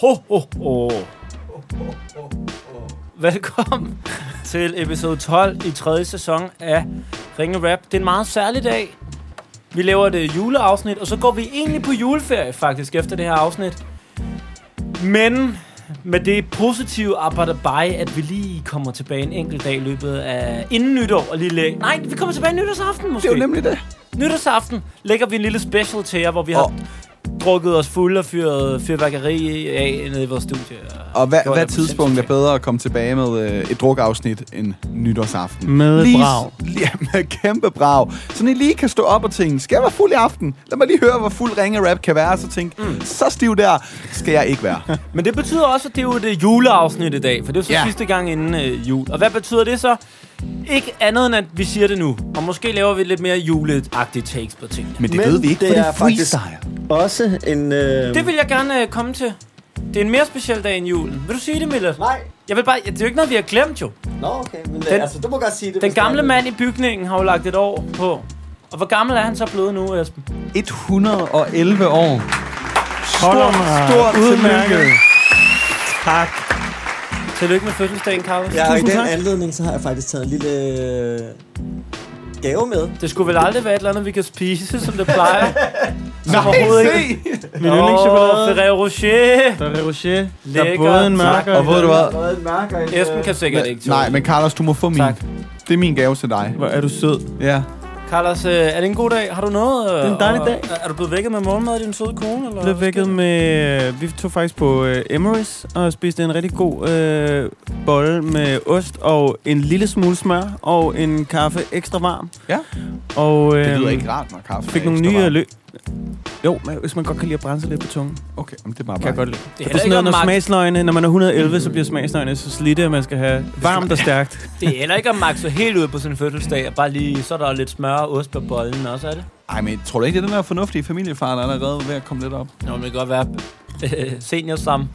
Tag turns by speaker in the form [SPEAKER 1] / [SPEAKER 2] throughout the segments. [SPEAKER 1] Ho, ho, ho. Velkommen til episode 12 i tredje sæson af Ringe Rap. Det er en meget særlig dag. Vi laver et øh, juleafsnit, og så går vi egentlig på juleferie faktisk efter det her afsnit. Men med det positive arbejde by, at vi lige kommer tilbage en enkelt dag i løbet af inden nytår. Og lige læ- Nej, vi kommer tilbage nytårsaften måske.
[SPEAKER 2] Det er jo nemlig det.
[SPEAKER 1] Nytårsaften lægger vi en lille special til jer, hvor vi har
[SPEAKER 2] Og-
[SPEAKER 1] drukket os fulde og fyret fyrværkeri af nede i vores studie.
[SPEAKER 2] Og hvad,
[SPEAKER 1] Gjorde
[SPEAKER 2] hvad
[SPEAKER 1] det på
[SPEAKER 2] tidspunkt er
[SPEAKER 1] sindssygt.
[SPEAKER 2] bedre at komme tilbage med øh, et drukafsnit end nytårsaften?
[SPEAKER 3] Med et
[SPEAKER 2] lige,
[SPEAKER 3] brag.
[SPEAKER 2] Lige, med kæmpe brag. Så I lige kan stå op og tænke, skal jeg være fuld i aften? Lad mig lige høre, hvor fuld ringe rap kan være. Så tænk, mm. så stiv der skal jeg ikke være.
[SPEAKER 1] Men det betyder også, at det er jo et øh, juleafsnit i dag, for det er jo så
[SPEAKER 2] Ja.
[SPEAKER 1] sidste gang inden øh, jul. Og hvad betyder det så? Ikke andet end, at vi siger det nu. Og måske laver vi lidt mere juleagtige takes på tingene.
[SPEAKER 2] Men det
[SPEAKER 3] Men
[SPEAKER 2] ved vi ikke,
[SPEAKER 3] det
[SPEAKER 2] for det
[SPEAKER 3] er
[SPEAKER 2] er
[SPEAKER 3] faktisk-
[SPEAKER 2] freestyle.
[SPEAKER 3] Også en... Øh...
[SPEAKER 1] Det vil jeg gerne øh, komme til. Det er en mere speciel dag end julen. Vil du sige det, Millet?
[SPEAKER 3] Nej.
[SPEAKER 1] Jeg vil bare... Det er jo ikke noget, vi har glemt jo.
[SPEAKER 3] Nå, okay. Men den,
[SPEAKER 1] Den-
[SPEAKER 3] altså, du må godt sige det.
[SPEAKER 1] Den
[SPEAKER 3] hvis det er
[SPEAKER 1] gamle
[SPEAKER 3] det.
[SPEAKER 1] mand i bygningen har jo lagt et år på. Og hvor gammel er han så blevet nu, Esben?
[SPEAKER 2] 111 år.
[SPEAKER 3] Holder
[SPEAKER 2] Stort,
[SPEAKER 3] mig
[SPEAKER 2] stort
[SPEAKER 3] udmærket.
[SPEAKER 2] tillykke.
[SPEAKER 3] Tak.
[SPEAKER 1] Tillykke med fødselsdagen, Carlos.
[SPEAKER 3] Ja, og i
[SPEAKER 1] Tusind
[SPEAKER 3] den
[SPEAKER 1] tak.
[SPEAKER 3] anledning, så har jeg faktisk taget en lille øh, gave med.
[SPEAKER 1] Det skulle vel aldrig være et eller andet, vi kan spise, som det plejer.
[SPEAKER 2] Nej,
[SPEAKER 1] overhovedet
[SPEAKER 2] se!
[SPEAKER 1] Min yndlingschokolade. Oh, Ferrero Rocher.
[SPEAKER 4] Ferrero Rocher. Der er
[SPEAKER 1] Lækkert.
[SPEAKER 4] både en mørker
[SPEAKER 2] Og ved du hvad?
[SPEAKER 3] Både en mærke og en,
[SPEAKER 1] Esben kan sikkert ikke tåle.
[SPEAKER 2] Nej, men Carlos, du må få min.
[SPEAKER 1] Tak.
[SPEAKER 2] Det er min gave til dig.
[SPEAKER 4] Hvor er du sød.
[SPEAKER 2] Ja.
[SPEAKER 1] Carlos, øh, er det en god dag? Har du noget? øh,
[SPEAKER 4] Det er en dejlig
[SPEAKER 1] og-
[SPEAKER 4] dag.
[SPEAKER 1] Er- Er du blevet vækket med morgenmad af din søde kone? Eller
[SPEAKER 4] Jeg blev
[SPEAKER 1] hvad
[SPEAKER 4] vækket
[SPEAKER 1] sker
[SPEAKER 4] med... Vi tog faktisk på øh, Emirates og spiste en rigtig god øh, bolle med ost og en lille smule smør og en kaffe ekstra varm.
[SPEAKER 2] Ja.
[SPEAKER 4] Og, øh,
[SPEAKER 2] Det lyder ikke rart, når kaffe
[SPEAKER 4] Fik
[SPEAKER 2] er
[SPEAKER 4] nogle
[SPEAKER 2] ekstra
[SPEAKER 4] nye
[SPEAKER 2] varm.
[SPEAKER 4] løg. Jo, men hvis man godt kan lide at brænde sig lidt på tungen, kan
[SPEAKER 2] Okay, men det er bare
[SPEAKER 4] jeg
[SPEAKER 2] mig.
[SPEAKER 4] godt lide.
[SPEAKER 1] Det
[SPEAKER 4] Det er,
[SPEAKER 1] er heller
[SPEAKER 4] sådan
[SPEAKER 1] ikke
[SPEAKER 4] noget,
[SPEAKER 1] at
[SPEAKER 4] når
[SPEAKER 1] magt-
[SPEAKER 4] smagsløgene, når man er 111, så bliver smagsløgene så slidte, at man skal have varmt og stærkt.
[SPEAKER 1] Det er heller ikke at makse helt ud på sin fødselsdag. og Bare lige, så er der lidt smør og ost på bollen også, er det?
[SPEAKER 2] Ej, men tror du ikke, det er den der fornuftige familiefar, der er allerede ved at komme lidt op?
[SPEAKER 1] Nå, men det kan godt være øh, senior sammen.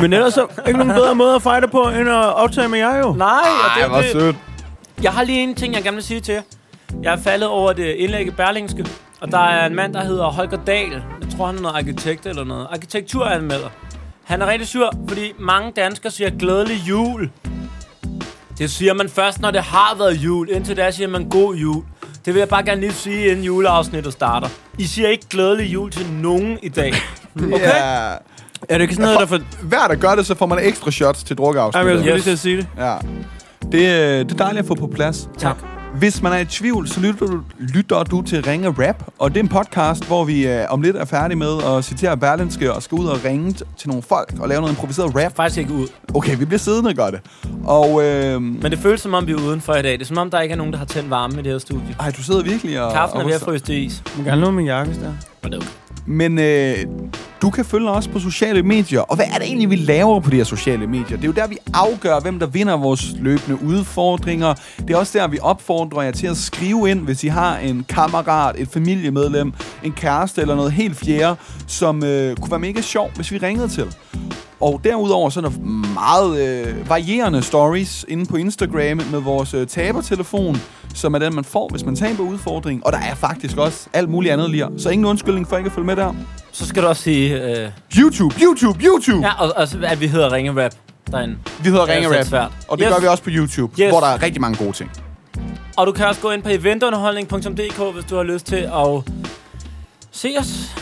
[SPEAKER 4] Men ellers så ikke nogen bedre måde at fejre det på, end at optage med jer jo.
[SPEAKER 1] Nej, og det, det,
[SPEAKER 2] sødt.
[SPEAKER 1] Jeg har lige en ting, jeg gerne vil sige til jer. Jeg er faldet over det indlæg i Berlingske, og der er en mand, der hedder Holger Dahl. Jeg tror, han er noget arkitekt eller noget. Arkitekturanmelder. Han er rigtig sur, fordi mange danskere siger glædelig jul. Det siger man først, når det har været jul. Indtil da siger man god jul. Det vil jeg bare gerne lige sige, inden juleafsnittet starter. I siger ikke glædelig jul til nogen i dag.
[SPEAKER 2] Okay. Ja.
[SPEAKER 4] Er det ikke sådan noget, der for...
[SPEAKER 2] Hver der gør det, så får man ekstra shots til
[SPEAKER 4] Ej, men jeg
[SPEAKER 2] drukafsnittet.
[SPEAKER 4] skulle lige
[SPEAKER 1] Yes.
[SPEAKER 4] til at sige det.
[SPEAKER 2] Ja. Det, øh, det er dejligt at få på plads.
[SPEAKER 1] Tak.
[SPEAKER 2] Hvis man er i tvivl, så lytter du, lytter du til Ringe Rap, og det er en podcast, hvor vi øh, om lidt er færdige med at citere Berlinske og skal ud og ringe t- til nogle folk og lave noget improviseret rap.
[SPEAKER 1] Faktisk ikke ud.
[SPEAKER 2] Okay, vi bliver siddende og gør det. Og øh,
[SPEAKER 1] Men det føles som om, vi er udenfor i dag. Det er som om, der ikke er nogen, der har tændt varme i det her studie.
[SPEAKER 2] ej, du sidder virkelig og...
[SPEAKER 1] Kaffen er
[SPEAKER 2] og
[SPEAKER 1] ved at fryse til is.
[SPEAKER 4] Jeg må gerne låne min jakke, hvis der.
[SPEAKER 1] Men det er okay.
[SPEAKER 2] Men øh, du kan følge os på sociale medier. Og hvad er det egentlig, vi laver på de her sociale medier? Det er jo der, vi afgør, hvem der vinder vores løbende udfordringer. Det er også der, vi opfordrer jer til at skrive ind, hvis I har en kammerat, et familiemedlem, en kæreste eller noget helt fjerde, som øh, kunne være mega sjov, hvis vi ringede til. Og derudover så er der meget øh, varierende stories inde på Instagram med vores øh, tabertelefon, som er den, man får, hvis man taber udfordringen. Og der er faktisk også alt muligt andet lige. Så ingen undskyldning for ikke at følge med der.
[SPEAKER 1] Så skal du også sige... Øh,
[SPEAKER 2] YouTube, YouTube, YouTube! Ja.
[SPEAKER 1] Ja, og, og så, at vi hedder Ringe Rap derinde.
[SPEAKER 2] Vi hedder
[SPEAKER 1] Det er
[SPEAKER 2] Ringe
[SPEAKER 1] altså
[SPEAKER 2] Rap,
[SPEAKER 1] svært.
[SPEAKER 2] og det
[SPEAKER 1] Yes.
[SPEAKER 2] yes. gør vi også på YouTube,
[SPEAKER 1] Yes.
[SPEAKER 2] yes. hvor der er rigtig mange gode ting.
[SPEAKER 1] Og du kan også gå ind på eventunderholdning.dk, hvis du har lyst til at se os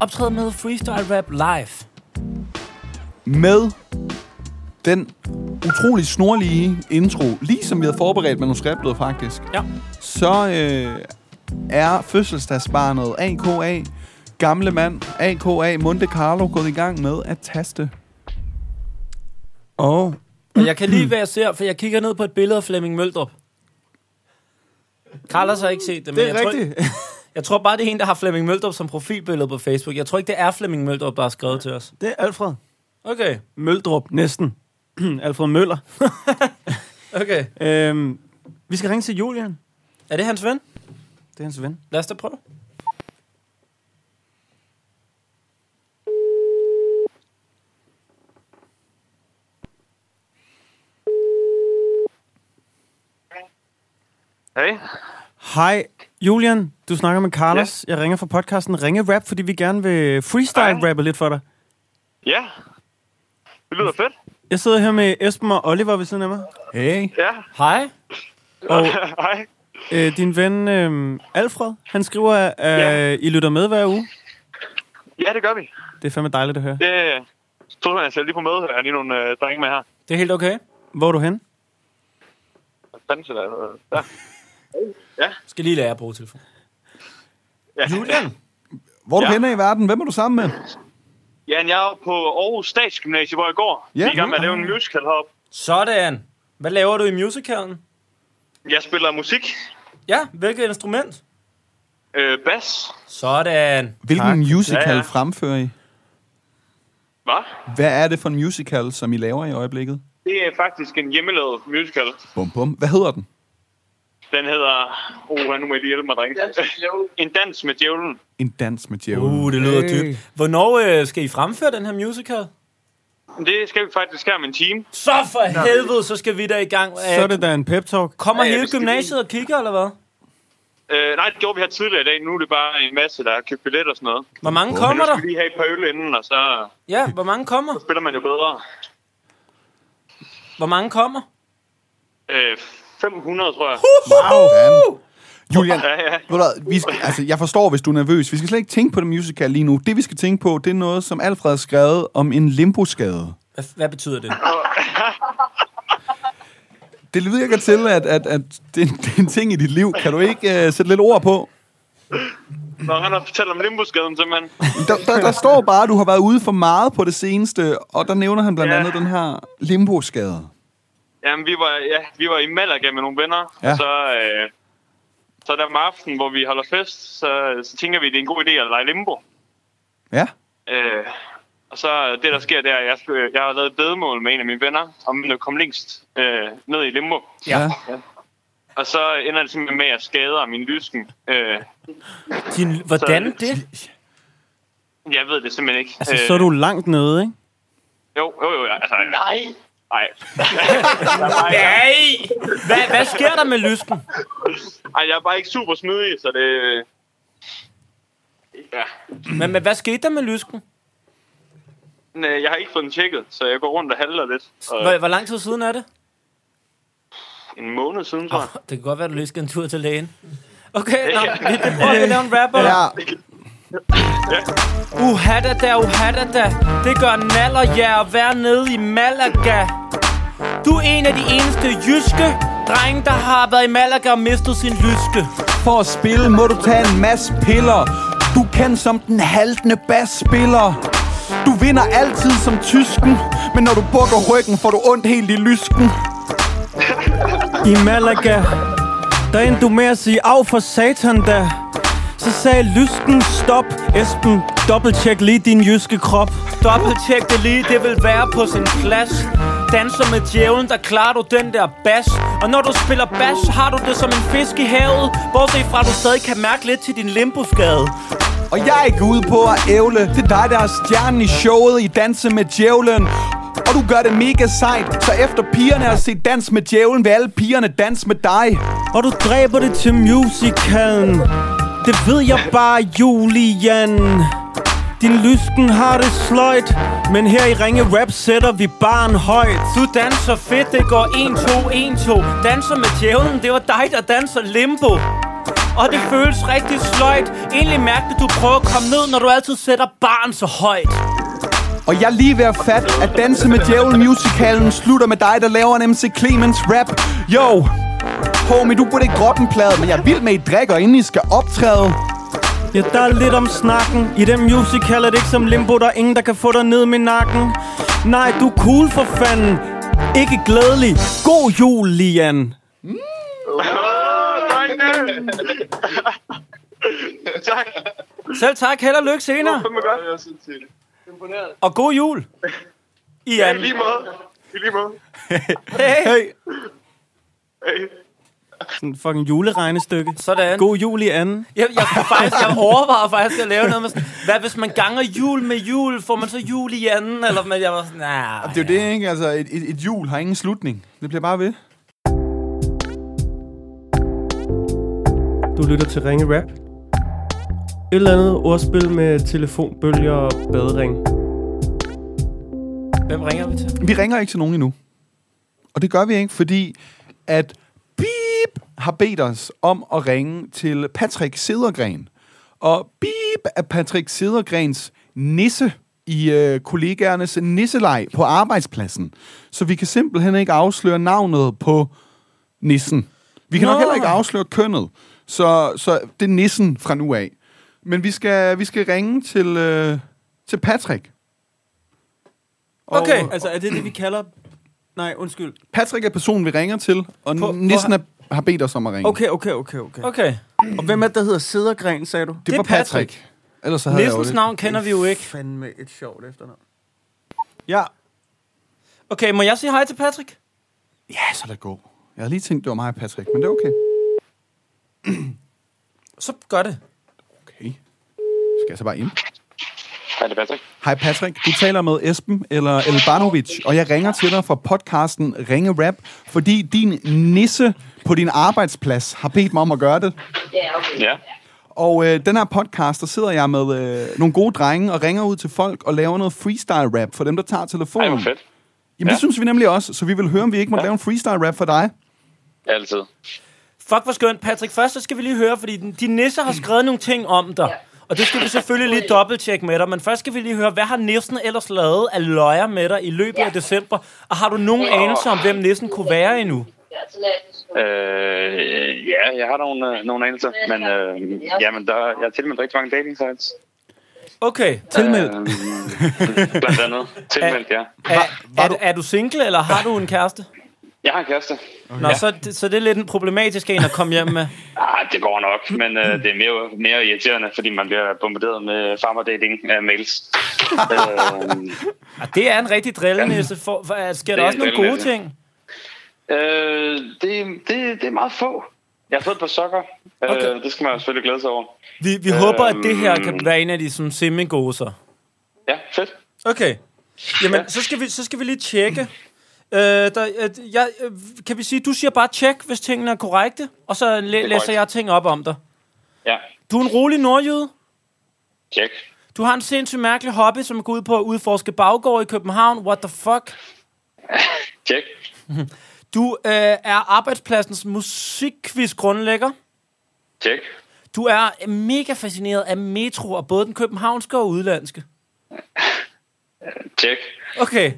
[SPEAKER 1] optræde med Freestyle Rap live.
[SPEAKER 2] Med den utrolig snorlige intro, ligesom vi havde forberedt manuskriptet faktisk,
[SPEAKER 1] Ja.
[SPEAKER 2] så øh, er fødselsdagsbarnet A.K.A. Gamle mand A.K.A. Monte Carlo gået i gang med at taste.
[SPEAKER 4] Åh. Oh.
[SPEAKER 1] Og jeg kan lige, hvad jeg ser, for jeg kigger ned på et billede af Flemming Møldrup. Carlos har ikke set det, men jeg tror, jeg tror bare, det er en, der har Flemming Møldrup som profilbillede på Facebook. Jeg tror ikke, det er Flemming Møldrup, der har skrevet til os.
[SPEAKER 4] Det er Alfred.
[SPEAKER 1] Okay,
[SPEAKER 4] Møldrup, næsten. Alfred Møller.
[SPEAKER 1] okay.
[SPEAKER 4] Øhm, vi skal ringe til Julian.
[SPEAKER 1] Er det hans ven?
[SPEAKER 4] Det er hans ven.
[SPEAKER 1] Lad os da prøve.
[SPEAKER 5] Hej.
[SPEAKER 4] Hej, Julian. Du snakker med Carlos. Jeg ringer fra podcasten Ringe Rap, fordi vi gerne vil freestyle-rappe lidt for dig.
[SPEAKER 5] Ja. Det lyder fedt.
[SPEAKER 4] Jeg sidder her med Esben og Oliver ved siden af mig.
[SPEAKER 2] Hey.
[SPEAKER 5] Ja.
[SPEAKER 1] Hej.
[SPEAKER 4] Og
[SPEAKER 5] Hej.
[SPEAKER 4] øh, din ven øh, Alfred, han skriver, at øh, I lytter med hver uge.
[SPEAKER 5] Ja, det gør vi.
[SPEAKER 4] Det er fandme dejligt at høre.
[SPEAKER 5] Det øh, tror jeg, jeg selv lige på møde. Jeg er lige nogle øh, drenge med her.
[SPEAKER 1] Det er helt okay.
[SPEAKER 4] Hvor er du hen?
[SPEAKER 5] Hvad fanden sidder der? Øh, Der.
[SPEAKER 1] Skal lige lære at bruge telefon.
[SPEAKER 5] Ja.
[SPEAKER 1] Julian.
[SPEAKER 2] Hvor er du
[SPEAKER 5] Ja.
[SPEAKER 2] henne i verden? Hvem er du sammen med?
[SPEAKER 5] Ja, jeg er jo på Aarhus Statsgymnasie, hvor jeg går.
[SPEAKER 2] Ja.
[SPEAKER 5] Ja. Vi er i gang med at lave en musical heroppe.
[SPEAKER 1] Sådan. Hvad laver du i musicalen?
[SPEAKER 5] Jeg spiller musik,
[SPEAKER 1] Ja, hvilket instrument?
[SPEAKER 5] øh, bas.
[SPEAKER 1] Sådan.
[SPEAKER 2] Hvilken
[SPEAKER 4] Tak.
[SPEAKER 2] musical
[SPEAKER 5] Ja, ja.
[SPEAKER 2] fremfører I?
[SPEAKER 5] Hvad?
[SPEAKER 2] Hvad er det for en musical, som I laver i øjeblikket?
[SPEAKER 5] Det er faktisk en hjemmelavet musical.
[SPEAKER 2] Bum, bum. Hvad hedder den?
[SPEAKER 5] Den hedder... Oh, nu må I lige hjælpe mig, drenge. en dans med djævlen.
[SPEAKER 2] En dans med djævlen.
[SPEAKER 1] Uh, det lyder dybt. Hvornår øh, skal I fremføre den her musical?
[SPEAKER 5] Det skal vi faktisk her om en time.
[SPEAKER 1] Så for helvede, så skal vi da i gang.
[SPEAKER 4] Så er det da en pep-talk.
[SPEAKER 1] Kommer
[SPEAKER 5] Ja, ja,
[SPEAKER 1] hele
[SPEAKER 5] vi skal
[SPEAKER 1] gymnasiet og kigger, eller hvad?
[SPEAKER 5] Øh, nej, det gjorde vi her tidligere i dag. Nu er det bare en masse, der har købt billet og sådan noget.
[SPEAKER 1] Hvor mange
[SPEAKER 5] Men
[SPEAKER 1] kommer
[SPEAKER 5] nu
[SPEAKER 1] der?
[SPEAKER 5] skal vi lige have et par øl inden, og så
[SPEAKER 1] Ja, hvor mange kommer?
[SPEAKER 5] spiller man jo bedre.
[SPEAKER 1] Hvor mange kommer?
[SPEAKER 5] Øh, 500, tror jeg.
[SPEAKER 2] Wow. Julian,
[SPEAKER 5] Ja, ja.
[SPEAKER 2] Ved du hvad, vi skal, altså, jeg forstår, hvis du er nervøs. Vi skal slet ikke tænke på det musical lige nu. Det, vi skal tænke på, det er noget, som Alfred har skrevet om en limboskade.
[SPEAKER 1] Hvad, hvad betyder det?
[SPEAKER 2] Det virker til, at, at, at det, det er en ting i dit liv. Kan du ikke uh, sætte lidt ord på?
[SPEAKER 5] Når han har fortalt om limboskaden, simpelthen.
[SPEAKER 2] Der, der, der står bare, at du har været ude for meget på det seneste, og der nævner han blandt
[SPEAKER 5] Ja.
[SPEAKER 2] andet den her limboskade.
[SPEAKER 5] Jamen, vi var, ja, vi var i Malaga med nogle venner,
[SPEAKER 2] Ja.
[SPEAKER 5] ja. så, øh, så der om aftenen, hvor vi holder fest, så, så tænker vi, at det er en god idé at lege limbo.
[SPEAKER 2] Ja?
[SPEAKER 5] Øh, og så det, der sker, det er, at jeg, skal- jeg har lavet et bedemål med en af mine venner, om at komme længst øh, ned i limbo.
[SPEAKER 2] Ja.
[SPEAKER 5] Og så ender det simpelthen med, at jeg skader min lysken. Øh,
[SPEAKER 1] Din, hvordan det?
[SPEAKER 5] jeg ved det simpelthen ikke. Øh,
[SPEAKER 4] Altså, så er du langt nede, ikke?
[SPEAKER 5] Jo, jo, jo. Altså, nej. Nej.
[SPEAKER 1] Nej! Hvad, hvad sker der med lysken?
[SPEAKER 5] Ej, jeg er bare ikke super smidig, så det... Ja.
[SPEAKER 1] Men, men hvad skete der med lysken?
[SPEAKER 5] Men, øh, jeg har ikke fået den tjekket, så jeg går rundt og handler lidt.
[SPEAKER 1] Hvor,
[SPEAKER 5] Og
[SPEAKER 1] hvor lang tid siden er det?
[SPEAKER 5] en måned siden, tror jeg.
[SPEAKER 1] Det kan godt være, du lige skal en tur til lægen. Okay, nå, vi det prøver vi at lave en rapper.
[SPEAKER 2] Ja.
[SPEAKER 1] Uhada da, uhada da. Det gør naller, ja, at være nede i Malaga. Du er en af de eneste jyske drenge, der har været i Malaga og mistet sin lyske.
[SPEAKER 2] For at spille må du tage en masse piller. Du kan som den haltende basspiller. Du vinder altid som tysken, men når du bukker ryggen, får du ondt helt i lysken.
[SPEAKER 4] I Malaga, der endte du med at sige, af for satan da. Så sagde lysken, stop Esben, dobbelttjek lige din jyske krop.
[SPEAKER 1] Dobbelttjek det lige, det vil være på sin plads. Danser med djævlen, der klarer du den der bas. Og når du spiller bas, har du det som en fisk i havet. Bortset fra, at du stadig kan mærke lidt til din limboskade.
[SPEAKER 2] Og jeg er ikke ude på at ævle. Det er dig, der er stjernen i showet i Danse med Djævlen. Og du gør det mega sejt, så efter pigerne har set Dans med Djævlen, vil alle pigerne danse med dig.
[SPEAKER 4] Og du dræber det til musicalen. Det ved jeg bare, Julian. Din lysken har det sløjt, men her i Ringe Rap sætter vi barn højt.
[SPEAKER 1] Du danser fedt, det går 1-2, 1-2 Danser med djævlen, det var dig, der danser limbo Og det føles rigtig sløjt Egentlig mærkte du prøver at komme ned, når du altid sætter barn så højt
[SPEAKER 2] Og jeg er lige ved at fatte, at Danse med Djævlen musicalen slutter med dig, der laver en MC Clemens rap. Yo, homie, du burde ikke droppe en plade, men jeg er vild med, at I drikker, inden I skal optræde.
[SPEAKER 4] Ja, der er lidt om snakken. I den musical er det ikke som limbo, der er ingen, der kan få dig ned med nakken. Nej, du er cool for fanden. Ikke glædelig. God jul, Lian.
[SPEAKER 5] tak.
[SPEAKER 1] Selv tak, held og lykke senere
[SPEAKER 5] Det var godt. Jeg synes, det Imponeret.
[SPEAKER 1] Og god jul I
[SPEAKER 5] Ja,
[SPEAKER 1] er
[SPEAKER 5] i lige måde. I lige måde.
[SPEAKER 1] hey.
[SPEAKER 4] Hey.
[SPEAKER 5] Hey.
[SPEAKER 4] Sådan fucking juleregnestykke.
[SPEAKER 1] Sådan
[SPEAKER 4] God jul, Lian.
[SPEAKER 1] jeg, jeg, kunne faktisk, jeg overvejer faktisk at lave noget med sådan, Hvad hvis man ganger jul med jul Får man så jul i anden Eller men jeg var sådan, nej
[SPEAKER 2] Det er jo det, ikke? Altså, et, et, et hjul har ingen slutning. Det bliver bare ved.
[SPEAKER 6] Du lytter til Ringe Rap. Et eller andet ordspil med telefonbølger og badring.
[SPEAKER 1] Hvem ringer vi til?
[SPEAKER 2] Vi ringer ikke til nogen endnu. Og det gør vi ikke, fordi at Beep har bedt os om at ringe til Patrick Sedergren. Og Beep er Patrick Sedergrens nisse i øh, kollegaernes nisselej på arbejdspladsen. Så vi kan simpelthen ikke afsløre navnet på nissen. Vi kan Nå.
[SPEAKER 1] Nå.
[SPEAKER 2] nok heller ikke afsløre kønnet. Så, så det er nissen fra nu af. Men vi skal, vi skal ringe til, øh, til Patrick. Og-
[SPEAKER 1] Okay.
[SPEAKER 2] og-
[SPEAKER 4] Altså, er det det, vi kalder... Nej, undskyld.
[SPEAKER 2] Patrick er personen, vi ringer til, og
[SPEAKER 4] På-
[SPEAKER 2] på,
[SPEAKER 4] på-
[SPEAKER 2] nissen er, har bedt os om at ringe.
[SPEAKER 4] Okay, okay, okay, okay. okay.
[SPEAKER 1] Okay.
[SPEAKER 4] Og hvem er det, der hedder Sedergren, sagde du?
[SPEAKER 2] det,
[SPEAKER 1] det
[SPEAKER 2] var
[SPEAKER 1] er Patrick.
[SPEAKER 2] Patrick. Ellers så havde jeg jo
[SPEAKER 1] Nissens
[SPEAKER 2] det.
[SPEAKER 1] navn kender vi jo ikke.
[SPEAKER 4] Fandme et sjovt efternavn. Ja,
[SPEAKER 1] Okay, må jeg sige hej til Patrick?
[SPEAKER 2] Ja, så er det god. Jeg havde lige tænkt, det var mig og Patrick, men det er okay.
[SPEAKER 1] Så gør det.
[SPEAKER 2] Okay. Skal jeg så bare ind?
[SPEAKER 5] Ja, det er Patrick.
[SPEAKER 2] Hej Patrick, du taler med Esben eller Elbanovic, og jeg ringer til dig fra podcasten Ringe Rap, fordi din nisse på din arbejdsplads har bedt mig om at gøre det.
[SPEAKER 5] Ja.
[SPEAKER 2] Og øh, den her podcast, der sidder jeg med øh, nogle gode drenge og ringer ud til folk og laver noget freestyle rap for dem, der tager telefonen.
[SPEAKER 5] Ej, hvor fedt.
[SPEAKER 2] Jamen ja.
[SPEAKER 5] Ja.
[SPEAKER 2] det synes vi nemlig også, så vi vil høre, om vi ikke må ja. lave en freestyle rap for dig.
[SPEAKER 5] Altid.
[SPEAKER 1] Fuck, hvor skønt. Patrick, først så skal vi lige høre, fordi den- de nisser har skrevet nogle ting om dig. Og det skal vi selvfølgelig lige dobbelttjekke med dig. Men først skal vi lige høre, hvad har nissen ellers lavet af løjer med dig i løbet af december? Og har du nogen anelse om, hvem nissen kunne være endnu?
[SPEAKER 5] Øh, ja, jeg har nogle, øh, nogle anelser, men øh, jamen, der, jeg er tilmeldt rigtig mange dating sites.
[SPEAKER 1] Okay.
[SPEAKER 4] tilmeldt.
[SPEAKER 5] Øh, blandt andet. Tilmeldt, ja.
[SPEAKER 1] Er, er, du... er du single, eller har du en kæreste?
[SPEAKER 5] Jeg har en kæreste.
[SPEAKER 1] Nå, ja. så, så det er lidt en problematisk en at komme hjem med.
[SPEAKER 5] Ah, det går nok, men øh, det er mere, mere irriterende, fordi man bliver bombarderet med farmerdating-mails. øh,
[SPEAKER 1] Og det er en rigtig drillenisse. For, for, er- sker
[SPEAKER 5] Det
[SPEAKER 1] der
[SPEAKER 5] er
[SPEAKER 1] også
[SPEAKER 5] en
[SPEAKER 1] nogle gode
[SPEAKER 5] drillenisse.
[SPEAKER 1] ting?
[SPEAKER 5] Øh, det, det, det er meget få. Jeg har fået et par sokker.
[SPEAKER 1] Okay.
[SPEAKER 5] Øh, det skal man jo selvfølgelig glæde sig over.
[SPEAKER 1] Vi, vi håber, at det her
[SPEAKER 5] Øhm.
[SPEAKER 1] kan være en af de sådan, semigoser.
[SPEAKER 5] Ja, fedt.
[SPEAKER 1] Okay. Jamen,
[SPEAKER 5] Ja.
[SPEAKER 1] så skal vi, så skal vi lige tjekke. Øh, der, øh, jeg, øh, kan vi sige, du siger bare tjek, hvis tingene er korrekte, og så læ- læser
[SPEAKER 5] korrekt.
[SPEAKER 1] jeg ting op om dig.
[SPEAKER 5] Ja,
[SPEAKER 1] Du er en rolig nordjyde.
[SPEAKER 5] tjek.
[SPEAKER 1] Du har en sindssygt mærkelig hobby, som går ud på at udforske baggård i København. What the fuck?
[SPEAKER 5] Tjek.
[SPEAKER 1] Du øh, er arbejdspladsens musikquiz grundlægger.
[SPEAKER 5] Tjek.
[SPEAKER 1] Du er mega fascineret af metro og både den københavnske og udlandske.
[SPEAKER 5] Tjek.
[SPEAKER 1] Okay.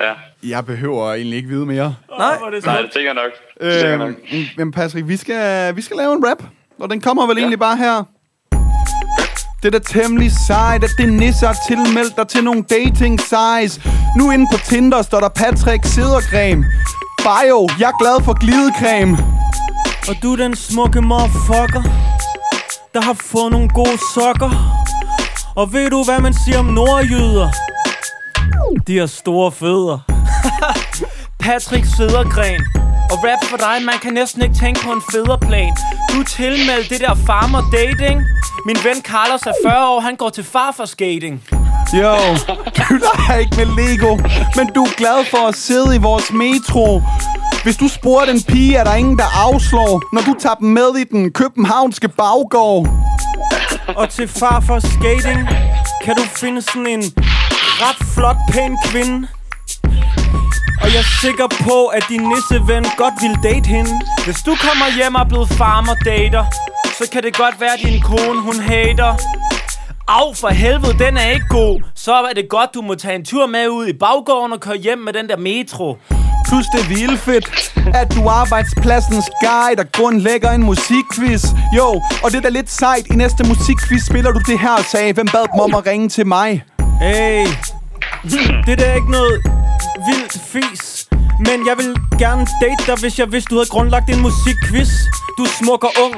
[SPEAKER 5] Ja,
[SPEAKER 2] Jeg behøver egentlig ikke vide mere.
[SPEAKER 1] Nej, hvor er
[SPEAKER 5] nej, det tænker jeg nok. Det tænker jeg nok.
[SPEAKER 2] Øhm, men Patrick, vi skal, vi skal lave en rap, og den kommer vel ja. egentlig bare her. Det er da temmelig sejt, at det nisse har tilmeldt dig til nogle dating size. Nu inde på Tinder står der Patrick Sedergren. Bio, jeg er glad for glidecreme.
[SPEAKER 4] Og du er den smukke motherfucker Der har fået nogle gode sokker Og ved du hvad man siger om nordjyder? De har store fødder
[SPEAKER 1] Patrick Sødergren. Og rap for dig, man kan næsten ikke tænke på en federe plan. Du er tilmeldt det der farmer dating. Min ven Carlos er 40 år, han går til far for skating.
[SPEAKER 2] Jo, du leger ikke med Lego, men du er glad for at sidde i vores metro. Hvis du spurgte en pige, er der ingen, der afslår, når du tager dem med i den københavnske baggård.
[SPEAKER 4] Og til far for skating Kan du finde sådan en ret flot pæn kvinde Og jeg er sikker på at din nisseven godt vil date hende
[SPEAKER 1] Hvis du kommer hjem og er blevet farmer dater, så kan det godt være, at din kone hun hater. Au, for helvede, den er ikke god. Så er det godt, du må tage en tur med ud i baggården og køre hjem med den der metro.
[SPEAKER 2] Plus det er vildt fedt, at du er arbejdspladsens guide og grundlægger en musikquiz. Jo, og det er da lidt sejt. I næste musikquiz spiller du det her, sagde. Hvem bad dem om at ringe til mig?
[SPEAKER 4] Hey, det der er ikke noget vildt fis. Men jeg vil gerne date dig, hvis jeg vidste, du havde grundlagt en musikquiz. Du smukker ung.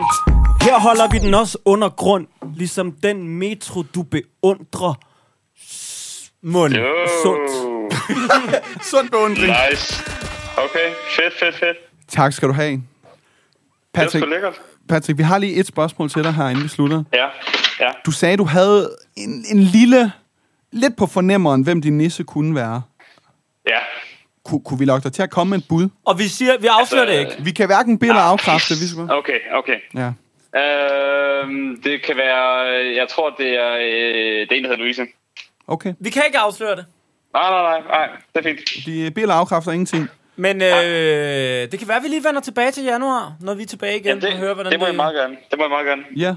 [SPEAKER 4] Her holder vi den også under grund. Ligesom den metro, du beundrer. Mund. Sundt.
[SPEAKER 5] Oh,
[SPEAKER 2] Sund beundring.
[SPEAKER 5] nice. Okay, fedt, fedt, fedt.
[SPEAKER 2] Tak skal du have.
[SPEAKER 5] Det er sgu
[SPEAKER 2] Patrick,
[SPEAKER 5] lækkert.
[SPEAKER 2] Patrick, vi har lige et spørgsmål til dig her, inden vi slutter.
[SPEAKER 5] Ja, ja.
[SPEAKER 2] Du sagde, du havde en, en lille... Lidt på fornemmeren, hvem din nisse kunne være.
[SPEAKER 5] Ja,
[SPEAKER 2] Ku, kunne vi lokke dig til at komme med et bud?
[SPEAKER 1] Og vi siger, vi afslører det ikke.
[SPEAKER 2] Vi kan hverken bede eller afkræfte. Vi skal... bare-
[SPEAKER 5] okay, okay.
[SPEAKER 2] Ja.
[SPEAKER 5] Øhm, det kan være, jeg tror, det er, øh, det er en, der hedder Louise.
[SPEAKER 2] Okay.
[SPEAKER 1] Vi kan ikke afsløre det.
[SPEAKER 5] Nej, nej, nej, nej. Det er fint.
[SPEAKER 2] De bliver lavkræfter ingenting.
[SPEAKER 1] Men øh, det kan være, at vi lige vender tilbage til januar, når vi er tilbage igen
[SPEAKER 5] Jamen,
[SPEAKER 1] ja, det, og hører,
[SPEAKER 5] det,
[SPEAKER 1] hvordan
[SPEAKER 5] det må
[SPEAKER 1] det
[SPEAKER 5] jeg meget gerne. Det må jeg meget gerne.
[SPEAKER 2] Ja.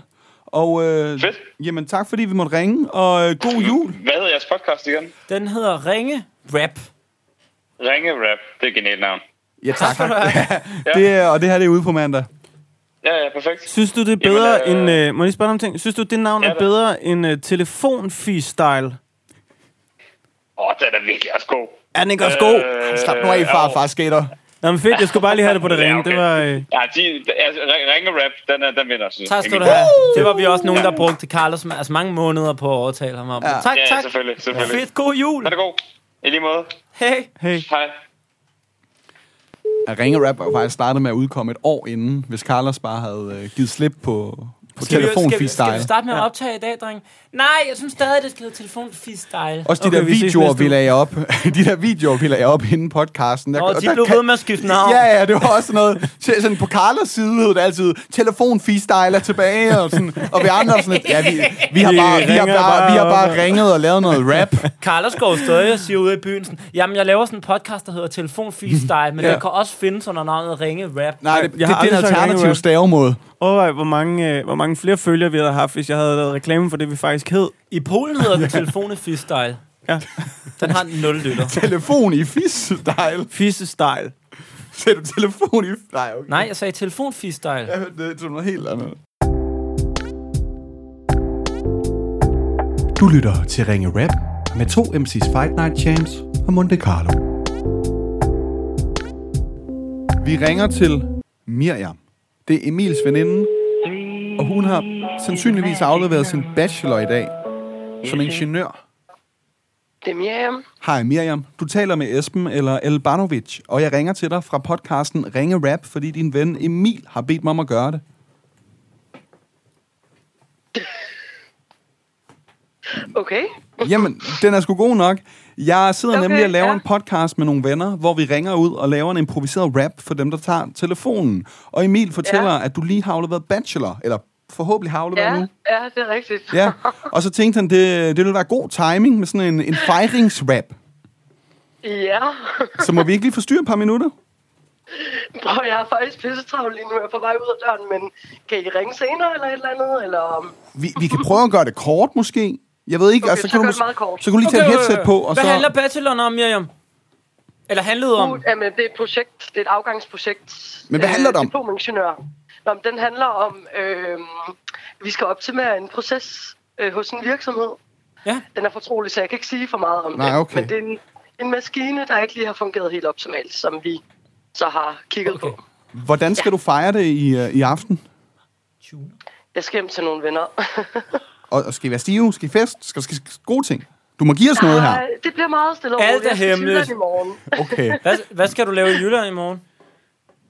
[SPEAKER 2] Og øh,
[SPEAKER 5] Fedt.
[SPEAKER 2] jamen, tak fordi vi måtte ringe, og øh, god jul.
[SPEAKER 5] Hvad hedder jeres podcast igen?
[SPEAKER 1] Den hedder Ringe Rap.
[SPEAKER 5] Ringe Rap. Det er et genialt navn.
[SPEAKER 2] Ja, tak. ja. Det, er- og det her det er ude på mandag.
[SPEAKER 5] Ja, ja, perfekt.
[SPEAKER 4] Synes du, det er bedre
[SPEAKER 5] Jamen,
[SPEAKER 4] end... Øh, må jeg lige spørge dig om ting? Synes du, det navn
[SPEAKER 5] Ja,
[SPEAKER 4] er
[SPEAKER 5] da.
[SPEAKER 4] bedre end øh, telefonfi-style?
[SPEAKER 5] Åh, oh, den er virkelig også god.
[SPEAKER 4] Er den ikke også god?
[SPEAKER 5] Øh,
[SPEAKER 2] Slap nu af, far,
[SPEAKER 5] og-
[SPEAKER 2] far skater.
[SPEAKER 4] Nå, men fedt, jeg skulle bare lige have det på det
[SPEAKER 5] Ja,
[SPEAKER 4] rene.
[SPEAKER 5] okay.
[SPEAKER 4] Det var... Øh,
[SPEAKER 5] Ja, de, altså, Ringe Rap, den, er, den vinder, synes jeg.
[SPEAKER 1] Tak skal du
[SPEAKER 5] Det er
[SPEAKER 1] have. Det var vi også nogen, der brugte Carlos altså mange måneder på at overtale ham om. Ja. Tak,
[SPEAKER 5] min- Ja,
[SPEAKER 1] tak.
[SPEAKER 5] ja, selvfølgelig, selvfølgelig.
[SPEAKER 1] Fedt, god jul.
[SPEAKER 5] Ha' det god. I lige måde.
[SPEAKER 1] Hey.
[SPEAKER 4] hey.
[SPEAKER 5] Hej.
[SPEAKER 2] At Ringe Rap var faktisk startet med at udkomme et år inden, hvis Carlos bare havde øh, givet slip på, på
[SPEAKER 1] Skal vi- skal, vi, skal vi
[SPEAKER 2] telefonfistyle.
[SPEAKER 1] starte med at optage i dag, dreng? Nej, jeg synes stadig, det skal hedde telefonfistyle.
[SPEAKER 2] Også de
[SPEAKER 4] Okay,
[SPEAKER 2] okay, der
[SPEAKER 4] vi ses
[SPEAKER 2] videoer,
[SPEAKER 4] næste
[SPEAKER 2] vi
[SPEAKER 4] uge.
[SPEAKER 2] lagde op. de der videoer, vi lagde op inden podcasten. Der,
[SPEAKER 1] Og de
[SPEAKER 2] der
[SPEAKER 1] blev ved med at skifte navn.
[SPEAKER 2] Ja, ja, det var også noget. til- Sådan på Carlos side hed det altid, telefon freestyle er tilbage, og, sådan, og vi andre var sådan, lidt, ja, vi, vi, har
[SPEAKER 4] Vi
[SPEAKER 2] bare, vi, har
[SPEAKER 4] ringer
[SPEAKER 2] bare, vi har
[SPEAKER 4] bare op
[SPEAKER 2] bare ringet og lavet noget rap.
[SPEAKER 1] Carlos går jo stadig og siger ude i byen, sådan, jamen jeg laver sådan en podcast, der hedder Telefonfistyle, men
[SPEAKER 2] Ja.
[SPEAKER 1] den kan også findes under navnet Ringe Rap.
[SPEAKER 2] Nej, det, det,
[SPEAKER 4] Jeg har
[SPEAKER 2] det er den
[SPEAKER 4] aldrig sagt ringe
[SPEAKER 2] alternative
[SPEAKER 4] rap.
[SPEAKER 2] stavemåde.
[SPEAKER 4] Overvej, hvor mange, øh, hvor mange flere følgere vi havde haft, hvis jeg havde lavet reklame for det, vi faktisk hed.
[SPEAKER 1] I Polen hedder den Telefonfistyle.
[SPEAKER 4] Ja.
[SPEAKER 1] Den har 0 lytter.
[SPEAKER 2] Telefon i fistyle.
[SPEAKER 4] Fisse-style.
[SPEAKER 2] Sæt du telefon i... Nej, okay.
[SPEAKER 1] Nej, jeg sagde Telefonfistyle.
[SPEAKER 2] Jeg hørte det som noget helt andet. Du lytter til Ringe Rap med to MC's Fight Night Champs og Monte Carlo. Vi ringer til Miriam. Det er Emils veninde, og hun har sandsynligvis afleveret sin bachelor i dag som ingeniør.
[SPEAKER 7] Det er Miriam.
[SPEAKER 2] Hej Miriam, du taler med Esben eller Elbanovic, og jeg ringer til dig fra podcasten Ringe Rap, fordi din ven Emil har bedt mig om at gøre det.
[SPEAKER 7] Okay.
[SPEAKER 2] Jamen, den er sgu god nok. Jeg sidder okay,
[SPEAKER 7] Okay,
[SPEAKER 2] nemlig og laver ja.
[SPEAKER 7] ja.
[SPEAKER 2] en podcast med nogle venner, hvor vi ringer ud og laver en improviseret rap for dem, der tager telefonen. Og Emil fortæller, ja. at du lige har afleveret bachelor, eller forhåbentlig har afleveret
[SPEAKER 7] Ja,
[SPEAKER 2] nu.
[SPEAKER 7] ja, det er rigtigt.
[SPEAKER 2] Ja, og så tænkte han, det, det ville være god timing med sådan en, en fejringsrap.
[SPEAKER 7] ja.
[SPEAKER 2] Så må vi ikke lige forstyrre et par minutter?
[SPEAKER 7] Bro, jeg er faktisk pissetravl lige nu. Jeg er på vej ud af døren, men kan I ringe senere eller et eller andet? Eller... um,
[SPEAKER 2] Vi, vi kan prøve at gøre det kort, måske. Jeg ved ikke,
[SPEAKER 7] Okay,
[SPEAKER 2] altså,
[SPEAKER 7] så
[SPEAKER 2] kan
[SPEAKER 7] gør
[SPEAKER 2] du,
[SPEAKER 7] det meget kort.
[SPEAKER 2] så kan du lige tage okay, et headset på, og
[SPEAKER 1] Hvad
[SPEAKER 2] så...
[SPEAKER 1] handler bacheloren om, Miriam? Eller handlede om?
[SPEAKER 7] Uh, jamen, det er et projekt. Det er et afgangsprojekt. øh,
[SPEAKER 2] Men hvad handler det om?
[SPEAKER 7] Diplomingeniør. Nå, men den handler om, øh, vi skal optimere en proces øh, hos en virksomhed.
[SPEAKER 1] Ja.
[SPEAKER 7] Den er fortrolig, så jeg kan ikke sige for meget om
[SPEAKER 2] Nej,
[SPEAKER 7] den.
[SPEAKER 2] okay.
[SPEAKER 7] Men det er en, en maskine, der ikke lige har fungeret helt optimalt, som vi så har kigget okay. på.
[SPEAKER 2] Hvordan skal du fejre det i, øh, i aften?
[SPEAKER 7] Jeg skal hjem til nogle venner.
[SPEAKER 2] Og, og skal I være stive? Skal I fest? Skal der ske gode ting? Du må give os noget her.
[SPEAKER 7] Nej, det bliver meget stille og
[SPEAKER 1] Alt er
[SPEAKER 7] roligt. Jeg skal til
[SPEAKER 1] hemmeligt.
[SPEAKER 7] Jylland i morgen.
[SPEAKER 2] Okay.
[SPEAKER 1] Hvad, hvad skal du lave i Jylland i morgen?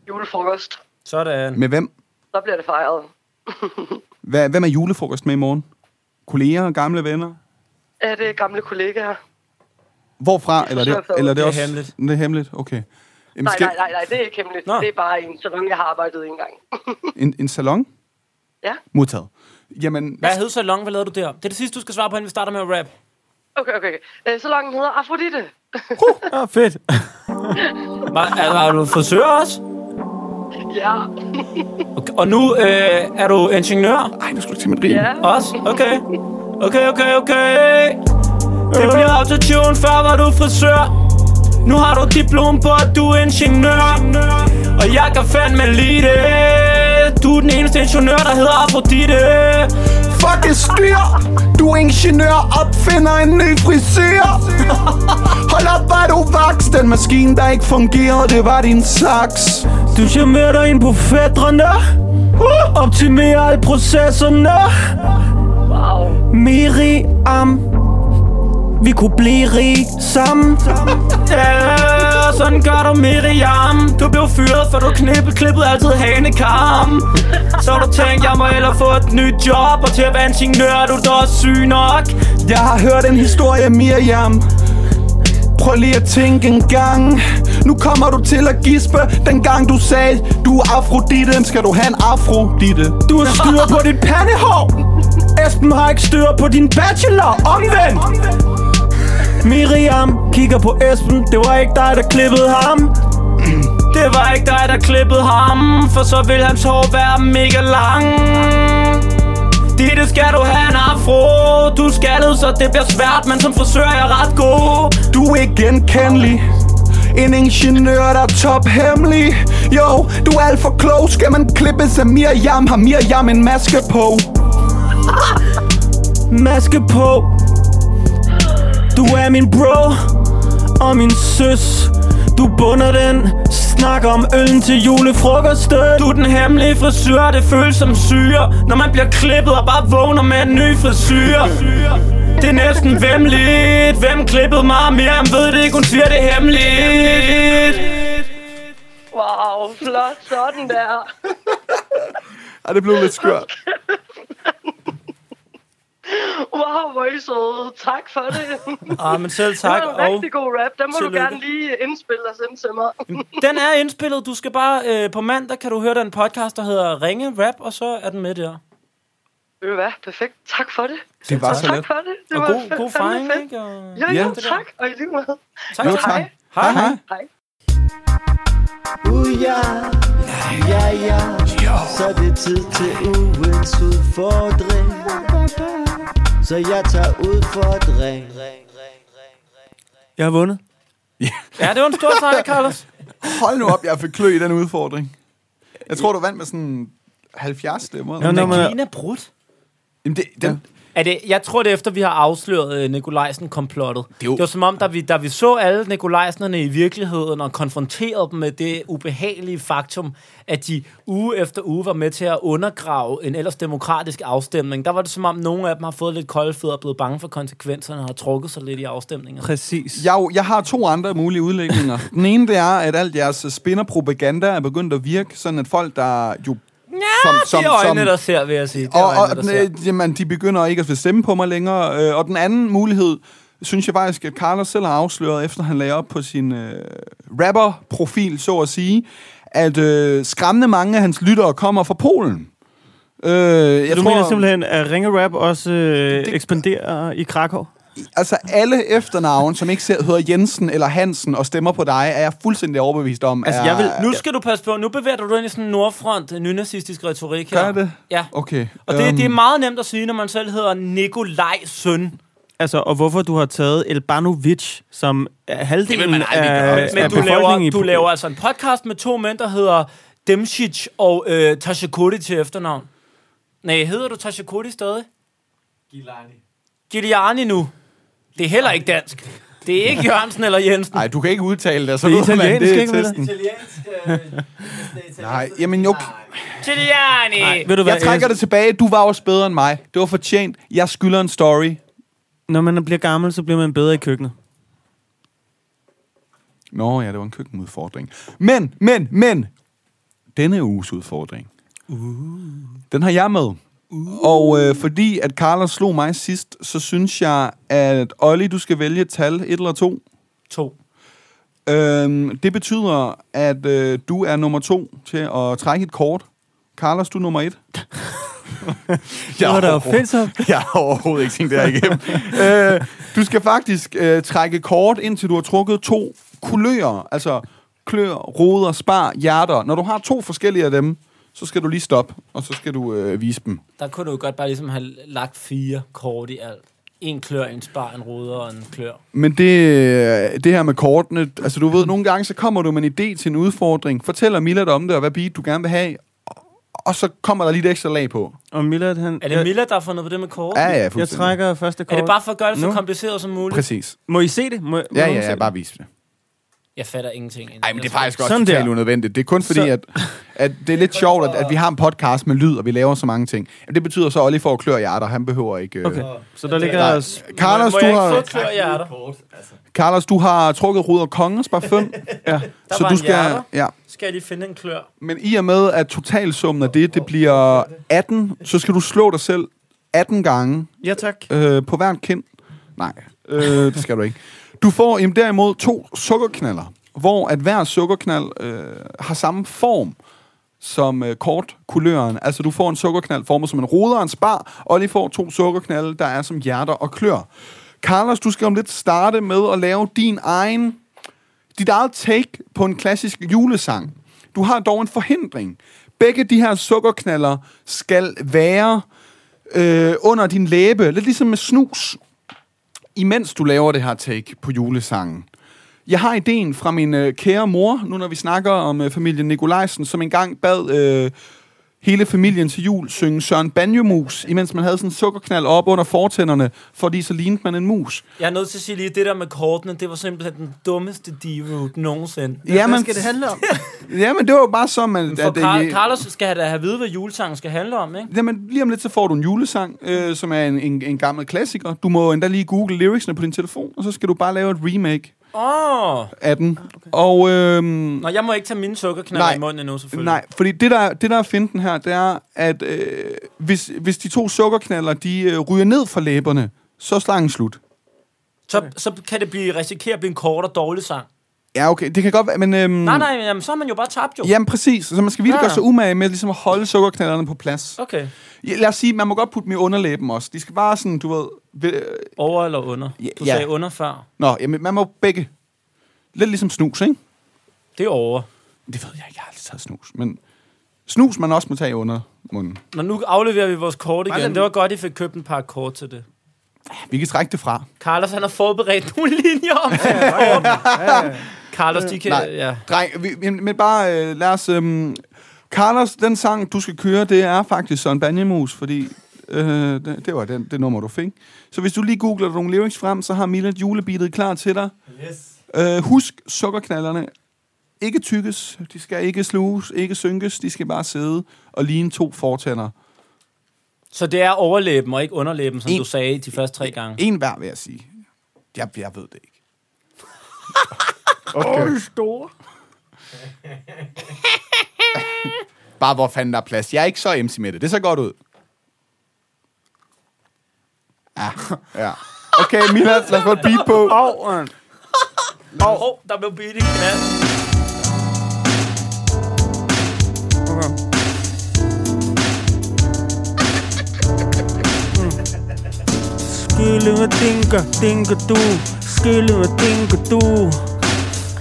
[SPEAKER 7] Julefrokost.
[SPEAKER 1] Sådan.
[SPEAKER 2] Med hvem?
[SPEAKER 7] Der bliver det fejret.
[SPEAKER 2] Hvad, hvem er julefrokost med i morgen? Kolleger og gamle venner?
[SPEAKER 7] Er det gamle kollegaer?
[SPEAKER 2] Hvorfra? Eller er det, eller er det,
[SPEAKER 1] Det er
[SPEAKER 2] også...
[SPEAKER 1] hemmeligt.
[SPEAKER 2] Det er hemmeligt, okay. Jamen,
[SPEAKER 7] Nej,
[SPEAKER 2] skal-
[SPEAKER 7] nej, nej, nej, det er ikke hemmeligt.
[SPEAKER 1] Nå.
[SPEAKER 7] Nå. Det er bare en salon, jeg har arbejdet i en gang.
[SPEAKER 2] En, en salon?
[SPEAKER 7] Ja.
[SPEAKER 2] Modtaget. Jamen,
[SPEAKER 1] Hvad hed så long? Hvad lavede du der? Det er det sidste, du skal svare på, inden vi starter med at rap.
[SPEAKER 7] Okay, okay. Øh, Salongen hedder Afrodite.
[SPEAKER 4] Ah, fedt.
[SPEAKER 1] Var, er, var du frisør også?
[SPEAKER 7] Ja,
[SPEAKER 1] Okay. Og nu øh, er du ingeniør
[SPEAKER 2] ej, nu skal du til mit rim.
[SPEAKER 7] ja.
[SPEAKER 1] også? Okay. Okay, okay, okay. Det bliver
[SPEAKER 2] Øh.
[SPEAKER 1] autotune, før var du frisør. Nu har du diplom på, at du er ingeniør. Og jeg kan fandme lide det. Du er den eneste ingeniør, der hedder Afrodite.
[SPEAKER 2] Fuck det styr! Du er ingeniør, opfinder en ny frisyr! Hold op, var du vaks! Den maskine, der ikke fungerede, det var din saks.
[SPEAKER 4] Du charmerer dig ind på fædrene. Optimerer alle processerne.
[SPEAKER 7] Wow.
[SPEAKER 4] Miriam. Vi kunne blive rige sammen.
[SPEAKER 1] Ja, sådan gør du Miriam Du blev fyret, for du knippede klippet altid hanekam Så du tænkte, jeg må hellere få et nyt job Og til at være ingeniør, er du da også syg nok
[SPEAKER 2] Jeg har hørt en historie, Miriam Prøv lige at tænke en gang Nu kommer du til at gispe Den gang du sagde Du er afrodite Skal du have en afrodite
[SPEAKER 4] Du har styr på dit pandehår. Esben har ikke styr på din bachelor. Omvendt. Miriam kigger på Esben, det var ikke dig, der klippede ham
[SPEAKER 1] Det var ikke dig, der klippede ham For så vil hans hår være mega lang Det, det skal du have en afro Du er skaldet, så det bliver svært Men som frisør er jeg ret god
[SPEAKER 2] Du er ikke genkendelig en ingeniør, der er tophemmelig Jo, du er alt for klog Skal man klippe sig Miriam Har Miriam en maske på
[SPEAKER 4] Maske på Du er min bro Og min søs Du bunder den Snak om øllen til julefrokosten
[SPEAKER 1] Du er den hemmelige frisør Det føles som syre Når man bliver klippet og bare vågner med en ny frisyr det er næsten vemmeligt Hvem klippede mig mere? Han ved det ikke, hun siger det er hemmeligt
[SPEAKER 7] Wow, flot sådan der.
[SPEAKER 2] Ej, det blev lidt skørt.
[SPEAKER 7] Wow, hvor er I søde. Tak for det.
[SPEAKER 1] Ah, men selv
[SPEAKER 7] det
[SPEAKER 1] tak.
[SPEAKER 7] var en
[SPEAKER 1] Og
[SPEAKER 7] rigtig god rap. Den må
[SPEAKER 1] tillykke.
[SPEAKER 7] du gerne lige indspille og sende til mig.
[SPEAKER 1] den er indspillet. Du skal bare øh, på mandag, kan du høre den podcast, der hedder Ringe Rap, og så er den med der.
[SPEAKER 7] Ved du hvad? Perfekt. Tak for det.
[SPEAKER 2] Det var så
[SPEAKER 7] Tak
[SPEAKER 2] let.
[SPEAKER 7] for det. Det
[SPEAKER 1] Og
[SPEAKER 7] var
[SPEAKER 1] god,
[SPEAKER 7] fa-
[SPEAKER 1] god
[SPEAKER 7] fandme
[SPEAKER 1] fejring,
[SPEAKER 7] fedt.
[SPEAKER 1] ikke? Og...
[SPEAKER 7] Jo, jo,
[SPEAKER 2] Ja.
[SPEAKER 7] tak. Og i lige måde.
[SPEAKER 1] Tak,
[SPEAKER 2] Jo,
[SPEAKER 1] tak.
[SPEAKER 2] tak.
[SPEAKER 1] Hej, hej.
[SPEAKER 2] Hej.
[SPEAKER 7] Hej.
[SPEAKER 3] Uh, ja, ja, ja. Så er det tid til ugens udfordring. Så jeg tager udfordring.
[SPEAKER 1] Jeg har vundet. Ja, det var en stor sejr, Carlos.
[SPEAKER 2] Hold nu op, jeg fik klø i den udfordring. Jeg tror, du vandt med sådan 70 stemmer.
[SPEAKER 4] Nå, nå, men,
[SPEAKER 1] Gina brudt.
[SPEAKER 2] Jamen, det, den,
[SPEAKER 1] Er det, jeg tror, det er efter, vi har afsløret øh, Nikolajsen-komplottet. Det,
[SPEAKER 2] jo-
[SPEAKER 1] det var som om, da vi, da vi så alle Nikolajsenerne i virkeligheden og konfronterede dem med det ubehagelige faktum, at de uge efter uge var med til at undergrave en ellers demokratisk afstemning. Der var det som om, nogle af dem har fået lidt kolde fødder og blevet bange for konsekvenserne og har trukket sig lidt i afstemninger.
[SPEAKER 4] præcis.
[SPEAKER 2] Jeg, jeg har to andre mulige udlægninger. Den ene, det er, at alt jeres spinderpropaganda er begyndt at virke, sådan at folk, der jo...
[SPEAKER 1] Ja, det er øjnene, der ser, vil jeg sige. Det er
[SPEAKER 2] og,
[SPEAKER 1] øjnene,
[SPEAKER 2] og
[SPEAKER 1] der
[SPEAKER 2] den,
[SPEAKER 1] ser.
[SPEAKER 2] øh, jamen, de begynder ikke at ville stemme på mig længere. Øh, Og den anden mulighed, synes jeg faktisk, at Carlos selv har afsløret, efter han lagde op på sin øh, rapper-profil, så at sige, at øh, skræmmende mange af hans lyttere kommer fra Polen. Øh, jeg
[SPEAKER 4] Jeg du tror, mener simpelthen, at Ringe Rap også øh, det, ekspanderer i Krakow?
[SPEAKER 2] Altså alle efternavn, som ikke ser, hedder Jensen eller Hansen og stemmer på dig, er jeg fuldstændig overbevist om.
[SPEAKER 4] Altså,
[SPEAKER 2] er,
[SPEAKER 4] jeg vil-
[SPEAKER 1] Nu skal du passe på. Nu bevæger du dig ind i sådan en nordfront, øh, nynazistisk retorik her.
[SPEAKER 2] Gør jeg det?
[SPEAKER 1] Ja.
[SPEAKER 2] Okay.
[SPEAKER 1] Og det,
[SPEAKER 2] øhm,
[SPEAKER 1] det er meget nemt at sige, når man selv hedder Nikolaj Søn.
[SPEAKER 4] Altså, og hvorfor du har taget Elbanovic som er halvdelen
[SPEAKER 2] man aldrig
[SPEAKER 4] af,
[SPEAKER 2] gøre.
[SPEAKER 4] af
[SPEAKER 1] Øh, Men du
[SPEAKER 4] befolkningen
[SPEAKER 1] laver,
[SPEAKER 4] i
[SPEAKER 1] du laver altså en podcast med to mænd, der hedder Demsic og øh, Tashakuri til efternavn. Nej, hedder du Tashakuri stadig? Giuliani. Giuliani nu. Det er heller ikke dansk. Det er ikke Jørgensen eller Jensen.
[SPEAKER 2] Nej, du kan ikke udtale det, så
[SPEAKER 4] Det er
[SPEAKER 2] ved man,
[SPEAKER 4] italiensk,
[SPEAKER 2] det er
[SPEAKER 4] ikke, vel?
[SPEAKER 2] testen.
[SPEAKER 1] øh,
[SPEAKER 2] Nej, jamen jo,
[SPEAKER 1] Giuliani. Nej,
[SPEAKER 4] Ved du hvad,
[SPEAKER 2] Øh, jeg trækker det tilbage. Du var også bedre end mig. Det var fortjent. Jeg skylder en story.
[SPEAKER 4] Når man bliver gammel, så bliver man bedre i køkkenet.
[SPEAKER 2] Nå ja, det var en køkkenudfordring. Men, men, men, denne uges udfordring, uh. den har jeg med. Uh. Og øh, fordi at Carla slog mig sidst, så synes jeg, at Olli, du skal vælge et tal, et eller to.
[SPEAKER 1] to.
[SPEAKER 2] Øhm, det betyder, at øh, du er nummer to til at trække et kort. Carlos, du er nummer et.
[SPEAKER 4] Det var da
[SPEAKER 2] overhovedet-
[SPEAKER 4] offensivt.
[SPEAKER 2] Jeg har overhovedet ikke tænkt det her igennem. øh, du skal faktisk øh, trække kort, indtil du har trukket to kulører. Altså klør, roder, spar, hjerter. Når du har to forskellige af dem, så skal du lige stoppe, og så skal du øh, vise dem.
[SPEAKER 1] Der kunne du jo godt bare ligesom have lagt fire kort i alt. En klør, en spar, en ruder og en klør.
[SPEAKER 2] Men det, øh, det her med kortene, altså du ved, nogle gange så kommer du med en idé til en udfordring, fortæller Millard om det, og hvad beat du gerne vil have, og- og så kommer der lige et ekstra lag på.
[SPEAKER 4] Og Millard, han...
[SPEAKER 1] Er det Milla, der har fundet på det med kort?
[SPEAKER 2] Ja, ja,
[SPEAKER 4] jeg, jeg
[SPEAKER 2] fuldstændig.
[SPEAKER 4] trækker første kort.
[SPEAKER 1] Er det bare for at gøre det så
[SPEAKER 4] Nu?
[SPEAKER 1] kompliceret som muligt?
[SPEAKER 2] Præcis.
[SPEAKER 4] Må I se det? Må, må
[SPEAKER 2] Ja,
[SPEAKER 4] nogen
[SPEAKER 2] ja,
[SPEAKER 4] se
[SPEAKER 2] ja,
[SPEAKER 4] det?
[SPEAKER 2] bare vis det.
[SPEAKER 1] Jeg fatter ingenting. endnu.
[SPEAKER 2] Nej, men det
[SPEAKER 1] Jeg
[SPEAKER 2] er faktisk også
[SPEAKER 4] Sådan
[SPEAKER 2] totalt
[SPEAKER 4] der.
[SPEAKER 2] unødvendigt. Det er kun fordi,
[SPEAKER 4] Så-
[SPEAKER 2] at, at det er lidt sjovt, at, at vi har en podcast med lyd, og vi laver så mange ting. Jamen, Det betyder så, at Olli får klør i hjerter. Han behøver ikke... Øh...
[SPEAKER 4] Okay, så der
[SPEAKER 2] Nej.
[SPEAKER 4] ligger... os-
[SPEAKER 2] Carlos,
[SPEAKER 1] Må
[SPEAKER 2] du
[SPEAKER 1] jeg ikke
[SPEAKER 2] har,
[SPEAKER 1] få klør i hjerter? altså.
[SPEAKER 2] Carlos, du har trukket ruder kongens parfum. ja. Så
[SPEAKER 1] var
[SPEAKER 2] du
[SPEAKER 1] en
[SPEAKER 2] skal...
[SPEAKER 1] hjerter.
[SPEAKER 2] Ja.
[SPEAKER 1] Skal jeg lige finde en klør?
[SPEAKER 2] Men i og med, at totalsummen af det, det bliver 18, så skal du slå dig selv 18 gange
[SPEAKER 4] Ja, tak.
[SPEAKER 2] øh, på hver en kind. Nej, øh, det skal du ikke. Du får jamen, derimod to sukkerknaller, hvor at hver sukkerknald øh, har samme form som øh, kortkuløren. Altså, du får en sukkerknald formet som en ruder og en spar, og lige får to sukkerknalde, der er som hjerter og klør. Carlos, du skal om lidt starte med at lave din egen, dit eget take på en klassisk julesang. Du har dog en forhindring. Begge de her sukkerknaller skal være øh, under din læbe, lidt ligesom med snus, imens du laver det her take på julesangen. Jeg har ideen fra min øh, kære mor, nu når vi snakker om øh, familien Nikolajsen, som engang bad øh, hele familien til jul synge Søren Banjomus, imens man havde sådan en sukkerknald op under fortænderne, fordi så lignede man en mus.
[SPEAKER 1] Jeg er nødt til at sige lige, det der med kortene, det var simpelthen den dummeste D-route nogensinde.
[SPEAKER 2] Ja,
[SPEAKER 8] Hvad
[SPEAKER 2] men,
[SPEAKER 8] skal det handle om?
[SPEAKER 2] jamen, det var jo bare så, man...
[SPEAKER 1] For
[SPEAKER 2] det-
[SPEAKER 1] Car- Carlos skal da have vide, hvad julesangen skal handle om, ikke?
[SPEAKER 2] Jamen, lige om lidt, så får du en julesang, øh, som er en, en, en gammel klassiker. Du må endda lige google lyricsene på din telefon, og så skal du bare lave et remake
[SPEAKER 1] Åh! Oh.
[SPEAKER 2] af den. Og øhm,
[SPEAKER 1] Nå, jeg må ikke tage mine sukkerknaller
[SPEAKER 2] Nej.
[SPEAKER 1] i munden endnu, selvfølgelig.
[SPEAKER 2] nej, fordi det der, det der er finten her, det er, at øh, hvis, hvis de to sukkerknaller, de øh, ryger ned fra læberne, så er slangen slut.
[SPEAKER 1] Så, så kan det blive, risikere at blive en kort og dårlig sang. Mm.
[SPEAKER 2] Ja, okay, det kan godt være, men... Øhm,
[SPEAKER 1] Nej, nej, jamen, så er man jo bare tabt, jo.
[SPEAKER 2] Jamen præcis, så man skal virkelig
[SPEAKER 1] Ja.
[SPEAKER 2] gøre sig umage med ligesom at holde sukkerknallerne på plads.
[SPEAKER 1] Okay.
[SPEAKER 2] Ja, Lad os sige, man må godt putte dem i underlæben også. De skal bare sådan, du ved... Ved, øh,
[SPEAKER 1] Over eller under?
[SPEAKER 2] Ja,
[SPEAKER 1] Du
[SPEAKER 2] ja.
[SPEAKER 1] sagde under før.
[SPEAKER 2] nå, jamen, man må begge. Lidt ligesom snus, ikke?
[SPEAKER 1] Det er over.
[SPEAKER 2] Det ved jeg ikke, jeg har aldrig taget snus, men snus man også må tage under munden.
[SPEAKER 1] Nå, nu afleverer vi vores kort
[SPEAKER 2] Bare lad
[SPEAKER 1] igen. Det var godt, I fik købt en par kort til det.
[SPEAKER 2] Vi kan trække det fra.
[SPEAKER 1] Carlos, han har forberedt nogle linjer om ja, Carlos, de kan...
[SPEAKER 2] Øh, Nej.
[SPEAKER 1] Ja.
[SPEAKER 2] Dreng, vi, men, men bare øh, lad os... Øhm, Carlos, den sang, du skal køre, det er faktisk Søren Banjemus, fordi øh, det, det var den, det nummer, du fik. Så hvis du lige googler nogle lyrics frem, så har Mila julebeatet klar til dig. Yes. Øh, husk sukkerknallerne. Ikke tykkes, de skal ikke sluges, ikke synkes, de skal bare sidde og ligne to fortænder.
[SPEAKER 1] Så det er overlæben og ikke underlæben, som
[SPEAKER 2] En-
[SPEAKER 1] du sagde de første tre gange.
[SPEAKER 2] En hver, vil jeg sige. Jeg, jeg ved det ikke.
[SPEAKER 6] Okay.
[SPEAKER 2] Bare hvor fanden der er plads. Jeg er ikke så MC med det. Det ser godt ud. Ja, ja. Okay, Mila, lad os få et beat på.
[SPEAKER 6] Åh, øh.
[SPEAKER 1] Åh, oh, der blev beat i knald.
[SPEAKER 4] Skylle med dinker, dinker du Skylle med dinker du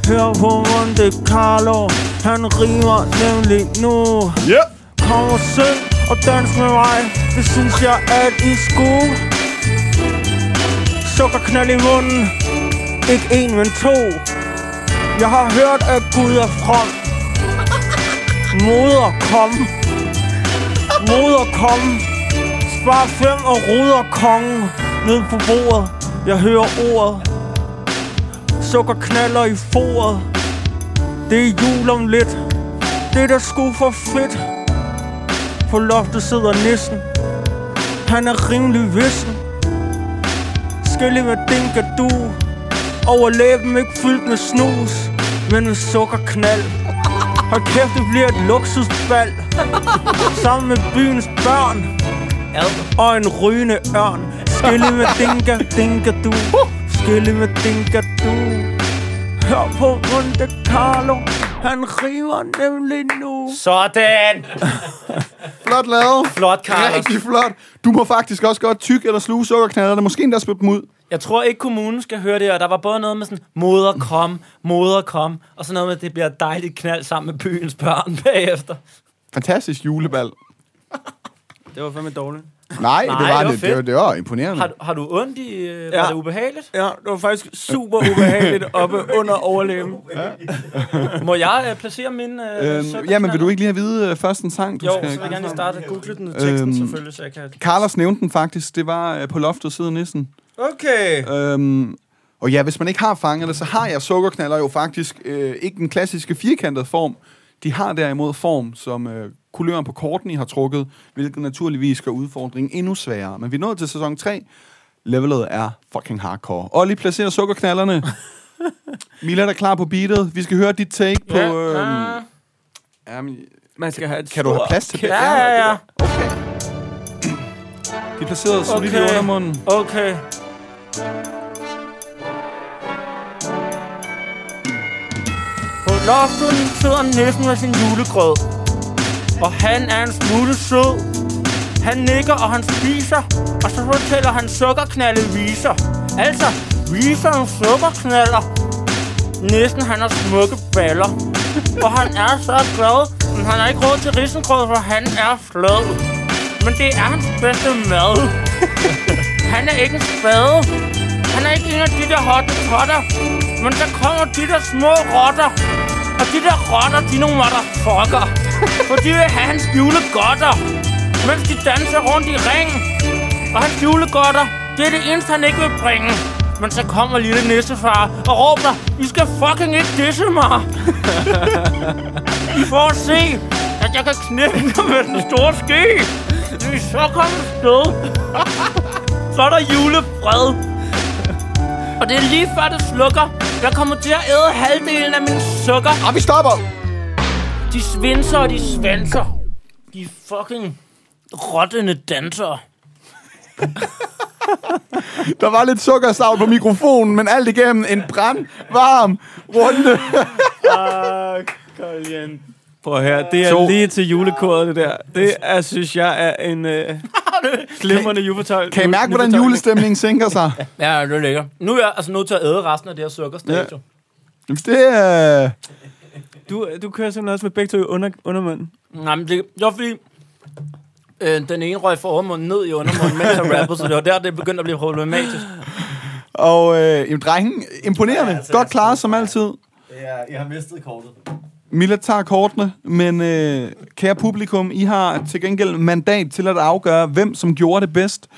[SPEAKER 4] Hør på runde Carlo Han rimer nemlig nu
[SPEAKER 2] Ja.
[SPEAKER 4] Kom og syng og dans med mig Det synes jeg at I skulle Sukkerknald i munden Ikke en, men to Jeg har hørt at Gud er from Moder kom Moder kom Spar fem og ruder kongen ned på bordet. Jeg hører ordet. Sukker knaller i foret. Det er jul om lidt. Det er da sgu for fedt. På loftet sidder nissen. Han er rimelig vissen. Skille med dinker du. Over læben ikke fyldt med snus, men med sukkerknald. Hold kæft, det bliver et luksusbal. Sammen med byens børn og en rygende ørn. Skille med dinka, dinka du. Skille med dinka du. Hør på runde Carlo. Han river nemlig nu.
[SPEAKER 1] Sådan!
[SPEAKER 2] Flot lavet.
[SPEAKER 1] Flot, Carlos.
[SPEAKER 2] Rigtig flot. Du må faktisk også godt tykke eller sluge sukkerknallerne. Måske endda spytte dem ud.
[SPEAKER 1] Jeg tror ikke, kommunen skal høre det, og der var både noget med sådan, moder kom, moder kom, og sådan noget med, at det bliver et dejligt knald sammen med byens børn bagefter.
[SPEAKER 2] Fantastisk
[SPEAKER 1] Øh,
[SPEAKER 2] julebal. Øhm,
[SPEAKER 6] Det var fandme dårligt.
[SPEAKER 2] Nej, det var,
[SPEAKER 1] det var
[SPEAKER 2] det, det,
[SPEAKER 1] fedt.
[SPEAKER 2] var, det var imponerende.
[SPEAKER 1] Har, du- har du ondt i... Øh, ja.
[SPEAKER 6] Ja.
[SPEAKER 1] Var det ubehageligt?
[SPEAKER 6] Ja, det var faktisk super ubehageligt oppe under overlæben.
[SPEAKER 1] Må jeg øh, placere min øh,
[SPEAKER 2] Øhm, jamen, vil du ikke lige have vide øh, først en sang, du
[SPEAKER 1] Jo, så
[SPEAKER 2] skal...
[SPEAKER 1] vil jeg gerne lige starte google den teksten
[SPEAKER 2] Øhm,
[SPEAKER 1] selvfølgelig, så jeg kan...
[SPEAKER 2] Carlos nævnte den faktisk. Det var øh, på loftet siden nissen.
[SPEAKER 6] Okay.
[SPEAKER 2] Øhm, og ja, hvis man ikke har fanget det, så har jeg sukkerknaller jo faktisk øh, ikke den klassiske firkantede form. De har derimod form, som øh, kuløren på korten I har trukket, hvilket naturligvis gør udfordringen endnu sværere. Men vi er nået til sæson 3. Levelet er fucking hardcore. Olli placerer sukkerknallerne. Mila er klar på beatet. Vi skal høre dit take på...
[SPEAKER 4] øhm,
[SPEAKER 2] Øh,
[SPEAKER 1] Ja.
[SPEAKER 2] jamen,
[SPEAKER 6] Man skal have et
[SPEAKER 2] kan du have
[SPEAKER 6] stort
[SPEAKER 2] plads til det?
[SPEAKER 1] Ja, ja, ja.
[SPEAKER 2] Okay. De er placeret solidt okay. i
[SPEAKER 1] Okay.
[SPEAKER 2] undermunden.
[SPEAKER 1] Okay. På loftet sidder næsten med sin julegrød. Og han er en smule sød. Han nikker, og han spiser. Og så fortæller han sukkerknalde viser.
[SPEAKER 6] Altså, viser en sukkerknaller. Næsten han har smukke baller. Og han er så glad, men han har ikke råd til risengrød, for han er flad. Men det er hans bedste mad. han er ikke en spade. Han er ikke en af de der hotte potter. Men der kommer de der små rotter. Og de der rotter, de er nogle motherfucker. For de vil have hans julegodter. Mens de danser rundt i ring. Og hans julegodter, det er det eneste, han ikke vil bringe. Men så kommer lille nissefar og råber, I skal fucking ikke disse mig. I får at se, at jeg kan knække dem med den store ske. Når I så kommer sted, så er der julefred. Og det er lige før, det slukker. Jeg kommer til at æde halvdelen af min sukker.
[SPEAKER 2] Og Ah, vi stopper!
[SPEAKER 6] De svinser og de svanser. De er fucking rottende dansere.
[SPEAKER 2] Der var lidt sukkerstavl på mikrofonen, men alt igennem en brandvarm runde.
[SPEAKER 4] Prøv at høre, det er to. lige til julekoret, det der. Det er, synes jeg, er en øh, glimrende juletøj.
[SPEAKER 2] Kan I mærke, hvordan julestemningen sænker sig?
[SPEAKER 1] Ja, det er lækkert. Nu er jeg altså nødt til at æde resten af det her sukkerstadie. Ja.
[SPEAKER 2] Jamen, Det er...
[SPEAKER 4] Du, du kører simpelthen også med begge to i under, undermunden.
[SPEAKER 1] Nej, men det, det var fordi... Øh, den ene røg fra overmunden ned i undermunden, mens jeg rappede, så det var der, det begyndte at blive problematisk.
[SPEAKER 2] Og øh, jamen, drengen, imponerende. Ja, altså, Godt klaret som altid.
[SPEAKER 8] Ja, jeg har mistet kortet.
[SPEAKER 2] Milla tager kortene, men øh, kære publikum, I har til gengæld mandat til at afgøre, hvem som gjorde det bedst.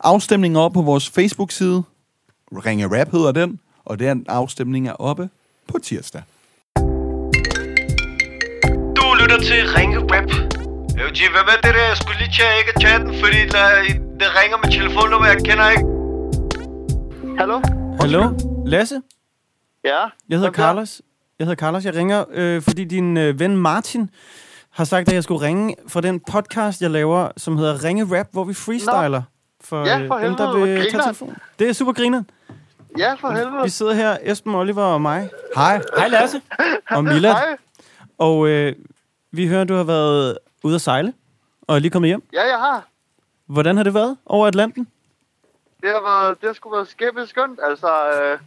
[SPEAKER 2] Afstemningen er oppe på vores Facebook-side. Ringe Rap hedder den, og den afstemning er oppe på tirsdag.
[SPEAKER 8] Du lytter til Ringe Rap. Øh, G, hvad med det der? Jeg skulle lige tjekke chatten, fordi der, der ringer med telefonnummer, jeg kender ikke.
[SPEAKER 7] Hallo?
[SPEAKER 4] Hallo? Lasse?
[SPEAKER 7] Ja?
[SPEAKER 4] Jeg hedder
[SPEAKER 7] hvem der?
[SPEAKER 4] Carlos. Jeg hedder Carlos. Jeg ringer, øh, fordi din øh, ven Martin har sagt, at jeg skulle ringe fra den podcast, jeg laver, som hedder Ringe Rap, hvor vi freestyler. For,
[SPEAKER 7] Ja, for
[SPEAKER 4] øh,
[SPEAKER 7] helvede, hvor grineren.
[SPEAKER 4] telefonen. Det er super griner.
[SPEAKER 7] Ja, for helvede.
[SPEAKER 4] Vi sidder her, Esben, Oliver og mig,
[SPEAKER 2] Hej.
[SPEAKER 1] Hej Lasse.
[SPEAKER 4] og Mila.
[SPEAKER 7] Hej.
[SPEAKER 4] Og øh, vi hører, du har været ude at sejle, og er lige kommet hjem.
[SPEAKER 7] Ja, jeg har.
[SPEAKER 4] Hvordan har det været over Atlanten?
[SPEAKER 7] Det har, været, det har sgu været skæbne skønt. Altså, øh,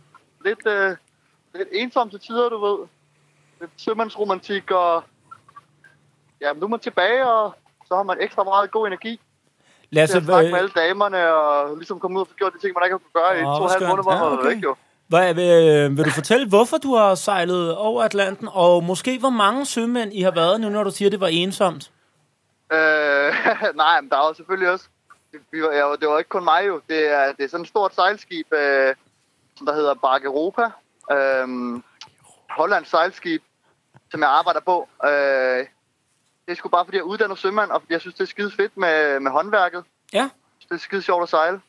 [SPEAKER 7] lidt, øh, lidt ensomt til tider, du ved. Lidt sømandsromantik, og ja, nu er man tilbage, og så har man ekstra meget god energi til
[SPEAKER 1] Lasse,
[SPEAKER 7] at snakke med
[SPEAKER 1] øh,
[SPEAKER 7] alle damerne, og ligesom komme ud og få gjort de ting, man ikke har kunne gøre i
[SPEAKER 1] Åh,
[SPEAKER 7] to
[SPEAKER 1] hvor
[SPEAKER 7] og halv
[SPEAKER 1] skønt.
[SPEAKER 7] måned, hvor man
[SPEAKER 4] Ja,
[SPEAKER 7] har
[SPEAKER 4] okay.
[SPEAKER 7] været væk, jo.
[SPEAKER 1] hvad, vil, vil du fortælle, hvorfor du har sejlet over Atlanten, og måske hvor mange sømænd I har været nu, når du siger, det var ensomt?
[SPEAKER 7] Øh, nej, men der er jo selvfølgelig også... Vi var, ja, det var ikke kun mig jo. Det er, det er sådan et stort sejlskib, øh, som der hedder Bark Europa. Øh, Hollands sejlskib, som jeg arbejder på. Øh, det er sgu bare, fordi jeg er uddannet sømand, og fordi jeg synes, det er skide fedt med, med håndværket.
[SPEAKER 1] Ja.
[SPEAKER 7] Jeg synes, Det er skide sjovt at sejle.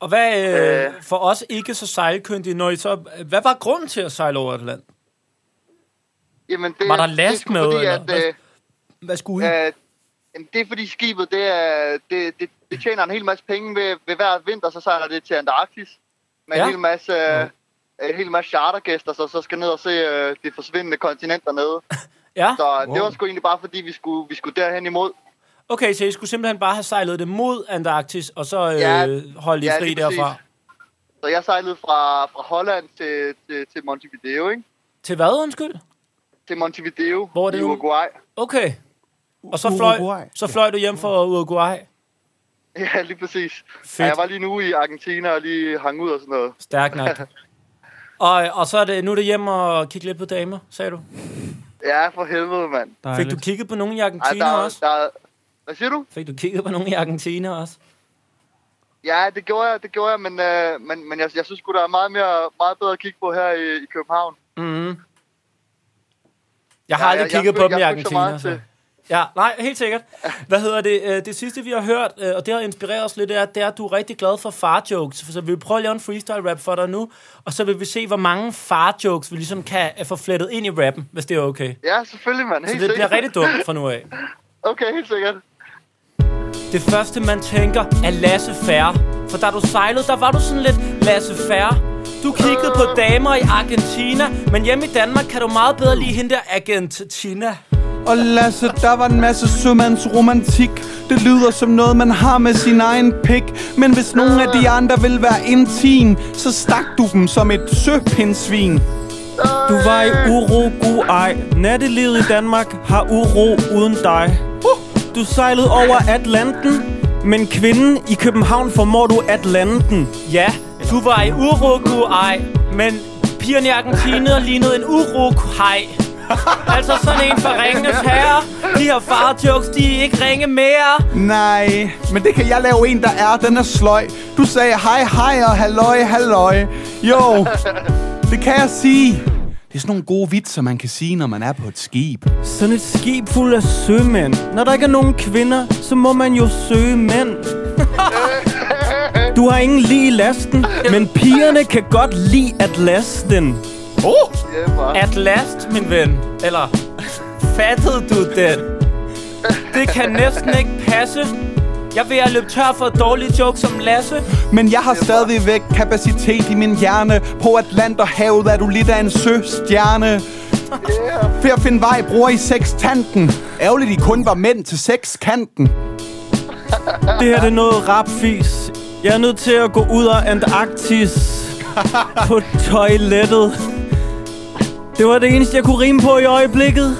[SPEAKER 1] Og hvad, øh,
[SPEAKER 7] Øh.
[SPEAKER 1] for os ikke så sejlkyndige, når I så, hvad var grunden til at sejle over Atlanten?
[SPEAKER 7] Jamen, det,
[SPEAKER 1] Var der
[SPEAKER 7] det er
[SPEAKER 1] last
[SPEAKER 7] sgu
[SPEAKER 1] med,
[SPEAKER 7] Fordi,
[SPEAKER 1] eller
[SPEAKER 7] at,
[SPEAKER 1] hvad?
[SPEAKER 7] øh,
[SPEAKER 1] Hvad skulle I?
[SPEAKER 7] Øh, jamen, det er fordi skibet, det, er, det, det, det tjener en hel masse penge ved, ved hver vinter, så sejler det til Antarktis. Med ja.
[SPEAKER 1] Ja.
[SPEAKER 7] en hel masse, øh, en hel masse chartergæster, så, så skal ned og se øh, det forsvindende kontinent dernede.
[SPEAKER 1] Ja,
[SPEAKER 7] Så wow. det var sgu egentlig bare fordi, vi skulle, vi skulle derhen imod.
[SPEAKER 1] okay, så I skulle simpelthen bare have sejlet det mod Antarktis, og så øh,
[SPEAKER 7] Ja,
[SPEAKER 1] holde I
[SPEAKER 7] ja,
[SPEAKER 1] fri
[SPEAKER 7] lige præcis.
[SPEAKER 1] derfra.
[SPEAKER 7] Så jeg sejlede fra, fra Holland til, til, til Montevideo, ikke?
[SPEAKER 1] Til hvad, undskyld?
[SPEAKER 7] Til Montevideo
[SPEAKER 1] Hvor er det
[SPEAKER 7] i
[SPEAKER 1] nu?
[SPEAKER 7] Uruguay.
[SPEAKER 1] Okay. Og så fløj,
[SPEAKER 4] Uruguay.
[SPEAKER 1] så fløj du hjem fra Uruguay.
[SPEAKER 7] Ja, lige præcis. Ja,
[SPEAKER 1] Fedt.
[SPEAKER 7] jeg var lige nu i Argentina og lige hang ud og sådan noget.
[SPEAKER 1] Stærk nok. Og, og så er det, nu er det hjem og kigge lidt på damer, sagde du.
[SPEAKER 7] Ja, for helvede, mand.
[SPEAKER 1] Fik du kigget på nogen i
[SPEAKER 7] Ej,
[SPEAKER 1] Argentina
[SPEAKER 7] der,
[SPEAKER 1] også?
[SPEAKER 7] der, hvad siger du?
[SPEAKER 1] Fik du kigget på nogen i Argentina også?
[SPEAKER 7] Ja, det gjorde jeg, det gjorde jeg, men, øh, men, men jeg, jeg synes sgu, der er meget, mere, meget bedre at kigge på her i, i København.
[SPEAKER 1] Mm. Jeg har
[SPEAKER 7] Ja,
[SPEAKER 1] aldrig
[SPEAKER 7] jeg- jeg
[SPEAKER 1] kigget
[SPEAKER 7] skulle-
[SPEAKER 1] på dem i
[SPEAKER 7] jeg skulle ikke så
[SPEAKER 1] Argentina.
[SPEAKER 7] meget
[SPEAKER 1] Så.
[SPEAKER 7] til-
[SPEAKER 1] Ja, nej, helt sikkert. Hvad hedder det? øh, Det sidste, vi har hørt, øh, og det har inspireret os lidt, det er, det er, at du er rigtig glad for farjokes. Så vi vil prøve at lave en freestyle-rap for dig nu, og så vil vi se, hvor mange farjokes vi ligesom kan øh, få flettet ind i rappen, hvis det er okay.
[SPEAKER 7] Ja, selvfølgelig, mand.
[SPEAKER 1] Så
[SPEAKER 7] Helt
[SPEAKER 1] det bliver
[SPEAKER 7] sikkert.
[SPEAKER 1] rigtig dumt fra nu af.
[SPEAKER 7] Okay, helt sikkert.
[SPEAKER 1] Det første man tænker er Lasse Færre For da du sejlede, der var du sådan lidt Lasse Færre Du kiggede på damer i Argentina Men hjemme i Danmark kan du meget bedre lide hende der Argentina
[SPEAKER 2] Og Lasse, der var en masse sømandsromantik Det lyder som noget, man har med sin egen pik Men hvis nogen af de andre vil være intim Så stak du dem som et søpindsvin
[SPEAKER 4] Du var i Uruguay. Nattelivet i Danmark har uro uden dig. Du sejlede over Atlanten, men kvinden i København formår du at lande den.
[SPEAKER 1] Ja, du var i Uruguay, men pigerne i Argentina lignede en Uruguay. altså sådan en fra Ringenes Herre. De her farjokes, de er ikke ringe mere.
[SPEAKER 2] Nej, men det kan jeg lave en, der er. Den er sløj. Du sagde hej, hej og halløj, halløj. Jo, det kan jeg sige. Det er sådan nogle gode vitser, man kan sige, når man er på et skib.
[SPEAKER 4] Sådan et skib fuld af sømænd. Når der ikke er nogen kvinder, så må man jo søge mænd. Du har ingen lige i lasten, men pigerne kan godt lide at laste den.
[SPEAKER 2] Oh!
[SPEAKER 1] At last, min ven. Eller, fattede du den? Det kan næsten ikke passe. Jeg er ved at løbe tør for dårlige jokes som Lasse.
[SPEAKER 2] Men jeg har stadigvæk kapacitet i min hjerne. På Atlanterhavet er du lidt af en søstjerne. For at finde vej bruger I sekstanten. Ærgerligt, I kun var mænd til sekskanten.
[SPEAKER 4] Det her det er noget rapfis. Jeg er nødt til at gå ud af Antarktis på toilettet. Det var det eneste, jeg kunne rime på i øjeblikket.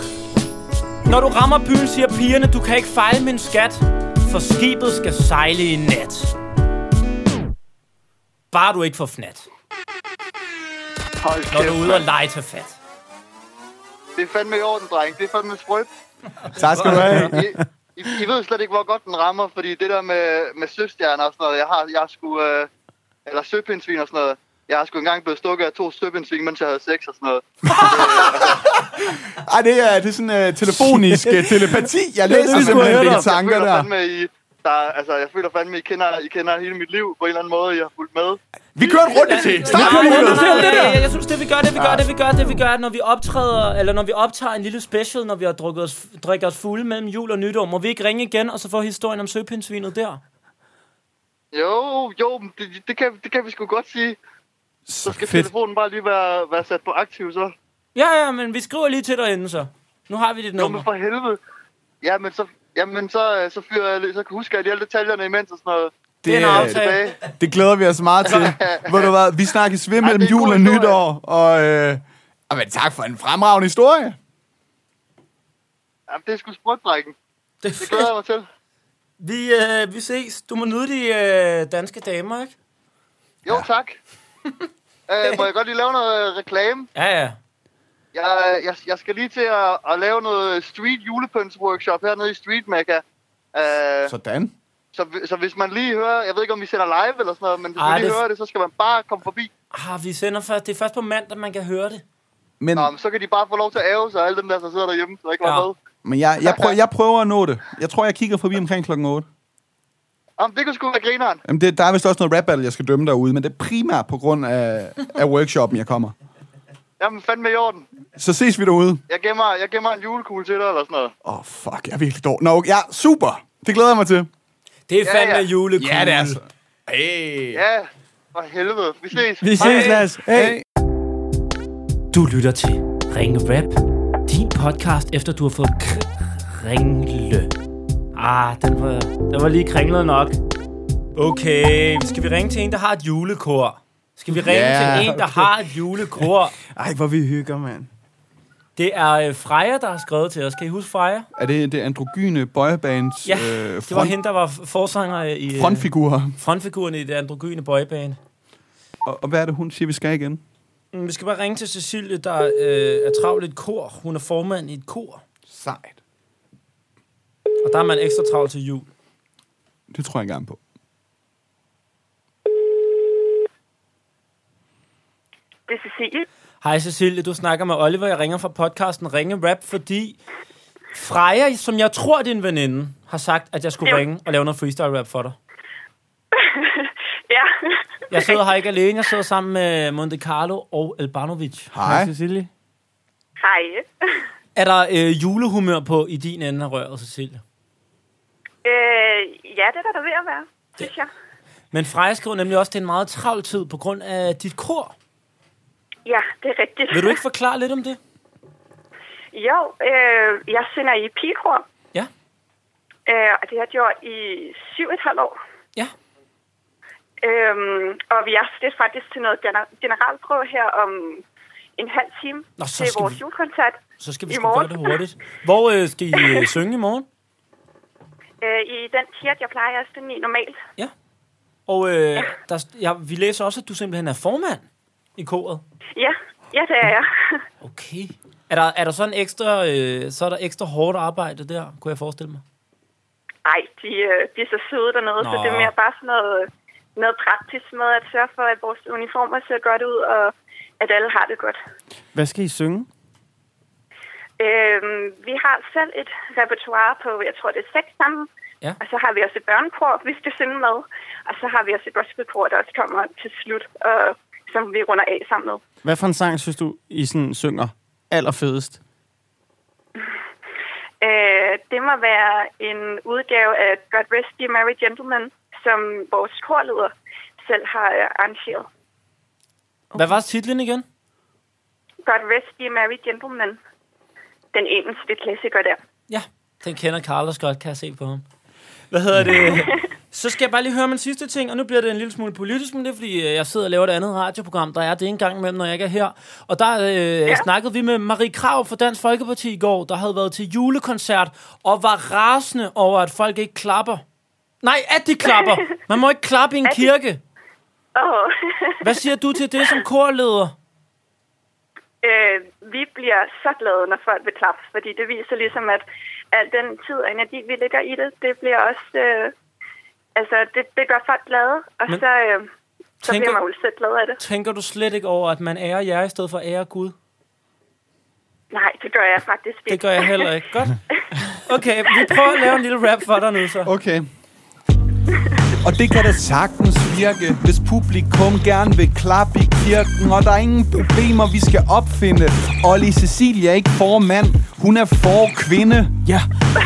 [SPEAKER 1] Når du rammer byen, siger pigerne, du kan ikke fejle min skat. For skibet skal sejle i nat. Bare du ikke får fnat,
[SPEAKER 7] Hold
[SPEAKER 1] når du er ude og
[SPEAKER 7] mand.
[SPEAKER 1] lege til fat.
[SPEAKER 7] Det er fandme i orden, dreng. Det er fandme sprødt.
[SPEAKER 2] Tak skal du have.
[SPEAKER 7] I, I, I ved slet ikke, hvor godt den rammer, fordi det der med, med søstjerner og sådan noget, jeg har, jeg har sgu, øh, eller søpindsvin og sådan noget, jeg har sgu engang blevet stukket af to søpindsvin, mens jeg havde sex og sådan noget.
[SPEAKER 2] Ej, det er, det er sådan uh, telefonisk uh, telepati. Jeg
[SPEAKER 4] det, vi
[SPEAKER 2] læser
[SPEAKER 4] skulle
[SPEAKER 2] simpelthen
[SPEAKER 4] høre
[SPEAKER 2] dine
[SPEAKER 4] dig.
[SPEAKER 7] jeg
[SPEAKER 2] tanker
[SPEAKER 7] føler
[SPEAKER 2] der.
[SPEAKER 7] fandme, I, der, altså, jeg føler fandme, I kender, I kender hele mit liv på en eller anden måde, I har fulgt med.
[SPEAKER 2] Vi kører en runde til. Start
[SPEAKER 1] Nej,
[SPEAKER 2] med
[SPEAKER 1] nej, nej,
[SPEAKER 2] runde
[SPEAKER 1] nej, nej, jeg- Jeg synes, det vi gør, det vi gør, det vi gør, det vi gør, når vi optræder, eller når vi optager en lille special, når vi har drukket os, drikket os fulde mellem jul og nytår, må vi ikke ringe igen, og så få historien om søpindsvinet der?
[SPEAKER 7] Jo, jo, men det, det, kan, det kan vi sgu godt sige. Så skal
[SPEAKER 2] Fedt.
[SPEAKER 7] telefonen bare lige være, være sat på aktiv, så.
[SPEAKER 1] Ja, ja, men vi skriver lige til dig inden så. Nu har vi dit
[SPEAKER 7] Jo,
[SPEAKER 1] nummer.
[SPEAKER 7] men for helvede. Ja, men så, jamen, så, øh, så, fyrer jeg, lige- så husker jeg lige alle detaljerne imens og sådan noget.
[SPEAKER 1] Det er en aftale.
[SPEAKER 7] Tilbage.
[SPEAKER 2] Det glæder vi os meget til. Ved du hvad, vi snakkes ved mellem
[SPEAKER 7] det er en
[SPEAKER 2] jul
[SPEAKER 7] god
[SPEAKER 2] og
[SPEAKER 7] historie.
[SPEAKER 2] nytår. Og øh, jamen, tak for en fremragende historie.
[SPEAKER 7] Jamen, det er sgu sprødt, drengen.
[SPEAKER 1] Det er
[SPEAKER 7] Det
[SPEAKER 1] fedt.
[SPEAKER 7] glæder jeg mig til.
[SPEAKER 1] Vi, øh, vi ses. Du må nyde de øh, danske damer, ikke?
[SPEAKER 7] Jo, ja. tak. øh, må jeg godt lige lave noget øh, reklame?
[SPEAKER 1] Ja, ja.
[SPEAKER 7] Jeg, jeg, jeg skal lige til at, at lave noget street julepøns-workshop hernede i Street Mecca. Øh, så.
[SPEAKER 2] Sådan.
[SPEAKER 7] Så, så hvis man lige hører, jeg ved ikke om vi sender live eller sådan noget, men hvis
[SPEAKER 1] Ej,
[SPEAKER 7] man lige
[SPEAKER 1] det-
[SPEAKER 7] det... hører det, så skal man bare komme forbi.
[SPEAKER 1] Ah, vi sender først. Det er først på mandag, man kan høre det.
[SPEAKER 2] Men,
[SPEAKER 7] Nå, men så kan de bare få lov til at æve sig, alle dem der, der sidder derhjemme, der ikke var
[SPEAKER 1] Ja.
[SPEAKER 7] med.
[SPEAKER 2] men jeg, jeg, prøver, jeg prøver at nå det. Jeg tror, jeg kigger forbi omkring klokken 8.
[SPEAKER 7] Jamen, det kunne sgu være grineren.
[SPEAKER 2] Jamen, det, der er vist også noget rap battle, jeg skal dømme derude, men det er primært på grund af, af workshoppen, jeg kommer.
[SPEAKER 7] Jamen, fandme i orden.
[SPEAKER 2] Så ses vi derude.
[SPEAKER 7] Jeg gemmer, jeg gemmer en julekugle til dig eller sådan noget.
[SPEAKER 2] Åh, oh, fuck, jeg er virkelig dårlig. Nå, okay, ja, super. Det glæder jeg mig til.
[SPEAKER 1] Det er
[SPEAKER 7] Ja,
[SPEAKER 1] fandme
[SPEAKER 7] ja.
[SPEAKER 1] julekugle.
[SPEAKER 2] altså. Hey.
[SPEAKER 7] Ja, for helvede. Vi ses.
[SPEAKER 4] Vi ses, Lars. Hey.
[SPEAKER 1] Du lytter til Ringe Rap, din podcast, efter du har fået kringle. Ah, den var, den var lige kringlet nok. Okay, skal vi ringe til en, der har et julekor? Skal vi ringe
[SPEAKER 2] Ja,
[SPEAKER 1] yeah, til en, der okay. har et julekor?
[SPEAKER 4] Ej, hvor vi hygger, mand.
[SPEAKER 1] Det er øh, Freja, der har skrevet til os. Kan I huske Freja?
[SPEAKER 2] Er det det androgyne boybands
[SPEAKER 1] Ja,
[SPEAKER 2] øh, front,
[SPEAKER 1] Det var hende, der var f- forsanger i... øh,
[SPEAKER 2] frontfigur?
[SPEAKER 1] frontfiguren i det androgyne boyband.
[SPEAKER 2] Og, og hvad er det, hun siger, vi skal igen?
[SPEAKER 1] Mm, Vi skal bare ringe til Cecilie, der øh, er travlt i et kor. Hun er formand i et kor.
[SPEAKER 2] Sejt.
[SPEAKER 1] Og der er man ekstra travlt til jul.
[SPEAKER 2] Det tror jeg gerne på.
[SPEAKER 9] Det er Cecilie.
[SPEAKER 1] Hej Cecilie, du snakker med Oliver. Jeg ringer fra podcasten Ringe Rap, fordi Freja, som jeg tror din veninde, har sagt, at jeg skulle
[SPEAKER 9] Jo.
[SPEAKER 1] ringe og lave noget freestyle rap for dig.
[SPEAKER 9] ja.
[SPEAKER 1] Jeg sidder her ikke alene. Jeg sidder sammen med Monte Carlo og Albanovic.
[SPEAKER 2] Hej.
[SPEAKER 4] Cecilie.
[SPEAKER 9] Hej.
[SPEAKER 1] Er der øh, julehumør på i din ende af røret, Cecilie?
[SPEAKER 9] Øh, ja, det er der, der ved at være, synes jeg.
[SPEAKER 1] Men Freja skriver nemlig også, at det er en meget travl tid på grund af dit kor.
[SPEAKER 9] Ja, det er rigtigt.
[SPEAKER 1] Vil du ikke forklare lidt om det?
[SPEAKER 10] Jo, øh, jeg synger i pigekor.
[SPEAKER 1] Ja.
[SPEAKER 10] Øh, og det har jeg gjort i syv og et halvt år.
[SPEAKER 1] Ja.
[SPEAKER 10] Øhm, og vi er det er faktisk til noget gener- generalprøve her om en halv time
[SPEAKER 1] Nå, så
[SPEAKER 10] til
[SPEAKER 1] skal
[SPEAKER 10] vores
[SPEAKER 1] vi-
[SPEAKER 10] julekoncert
[SPEAKER 1] Så skal vi
[SPEAKER 10] I
[SPEAKER 1] sgu
[SPEAKER 10] morgen.
[SPEAKER 1] gøre det hurtigt. Hvor øh, skal I øh, synge i morgen?
[SPEAKER 10] øh, i den kirke, jeg plejer at synge i normalt.
[SPEAKER 1] Og øh, der, ja, vi læser også, at du simpelthen er formand i koret.
[SPEAKER 10] Ja, ja det er jeg.
[SPEAKER 1] Okay. Er der, er der sådan ekstra, øh, så er der ekstra hårdt arbejde der, kunne jeg forestille mig?
[SPEAKER 10] Ej, de, øh, de er så søde dernede, Nå. så
[SPEAKER 1] Nå.
[SPEAKER 10] det er mere bare sådan noget, noget praktisk med at sørge for, at vores uniformer ser godt ud, og at alle har det godt.
[SPEAKER 4] Hvad skal I synge?
[SPEAKER 10] Øhm, vi har selv et repertoire på, jeg tror det er seks sammen.
[SPEAKER 1] Ja.
[SPEAKER 10] Og så har vi også et børnekor, vi skal synge med. Og så har vi også et gospelkor, der også kommer til slut, og som vi runder af sammen med.
[SPEAKER 4] Hvad for en sang synes du, I sådan synger allerfedest?
[SPEAKER 10] Øh, det må være en udgave af God Rest Ye Merry Gentlemen, som vores korleder selv har øh, arrangeret.
[SPEAKER 1] Hvad var titlen igen?
[SPEAKER 10] God Rest Ye Merry Gentlemen. Den engelske klassiker der.
[SPEAKER 1] Ja, den kender Carlos godt, kan jeg se på ham. Hvad hedder det? Så skal jeg bare lige høre min sidste ting, og nu bliver det en lille smule politisk, men det er fordi, øh, jeg sidder og laver et andet radioprogram, der er det en gang imellem, når jeg ikke er her. Og der øh, ja. snakkede vi med Marie Krav fra Dansk Folkeparti i går, der havde været til julekoncert, og var rasende over, at folk ikke klapper. Nej, at de klapper! Man må ikke klappe i en kirke.
[SPEAKER 10] Og
[SPEAKER 1] Hvad siger du til det som korleder?
[SPEAKER 10] øh, vi bliver så glade, når folk vil klappe, fordi det viser ligesom, at al den tid og energi, vi lægger i det, det bliver også... Øh, altså, det, det gør folk glade, og
[SPEAKER 1] Men
[SPEAKER 10] så, øh, så
[SPEAKER 1] tænker-
[SPEAKER 10] bliver man jo selv glad af det.
[SPEAKER 1] Tænker du slet ikke over, at man ærer jer i stedet for at ære Gud?
[SPEAKER 10] Nej, det gør jeg faktisk ikke.
[SPEAKER 1] Det gør jeg heller ikke. Godt. Okay, vi prøver at lave en lille rap for dig nu så.
[SPEAKER 2] Okay. Og det kan da sagtens virke, hvis publikum gerne vil klappe i kirken, og der er ingen problemer, vi skal opfinde. Olli Cecilia er ikke formand, hun er forkvinde.
[SPEAKER 4] Ja,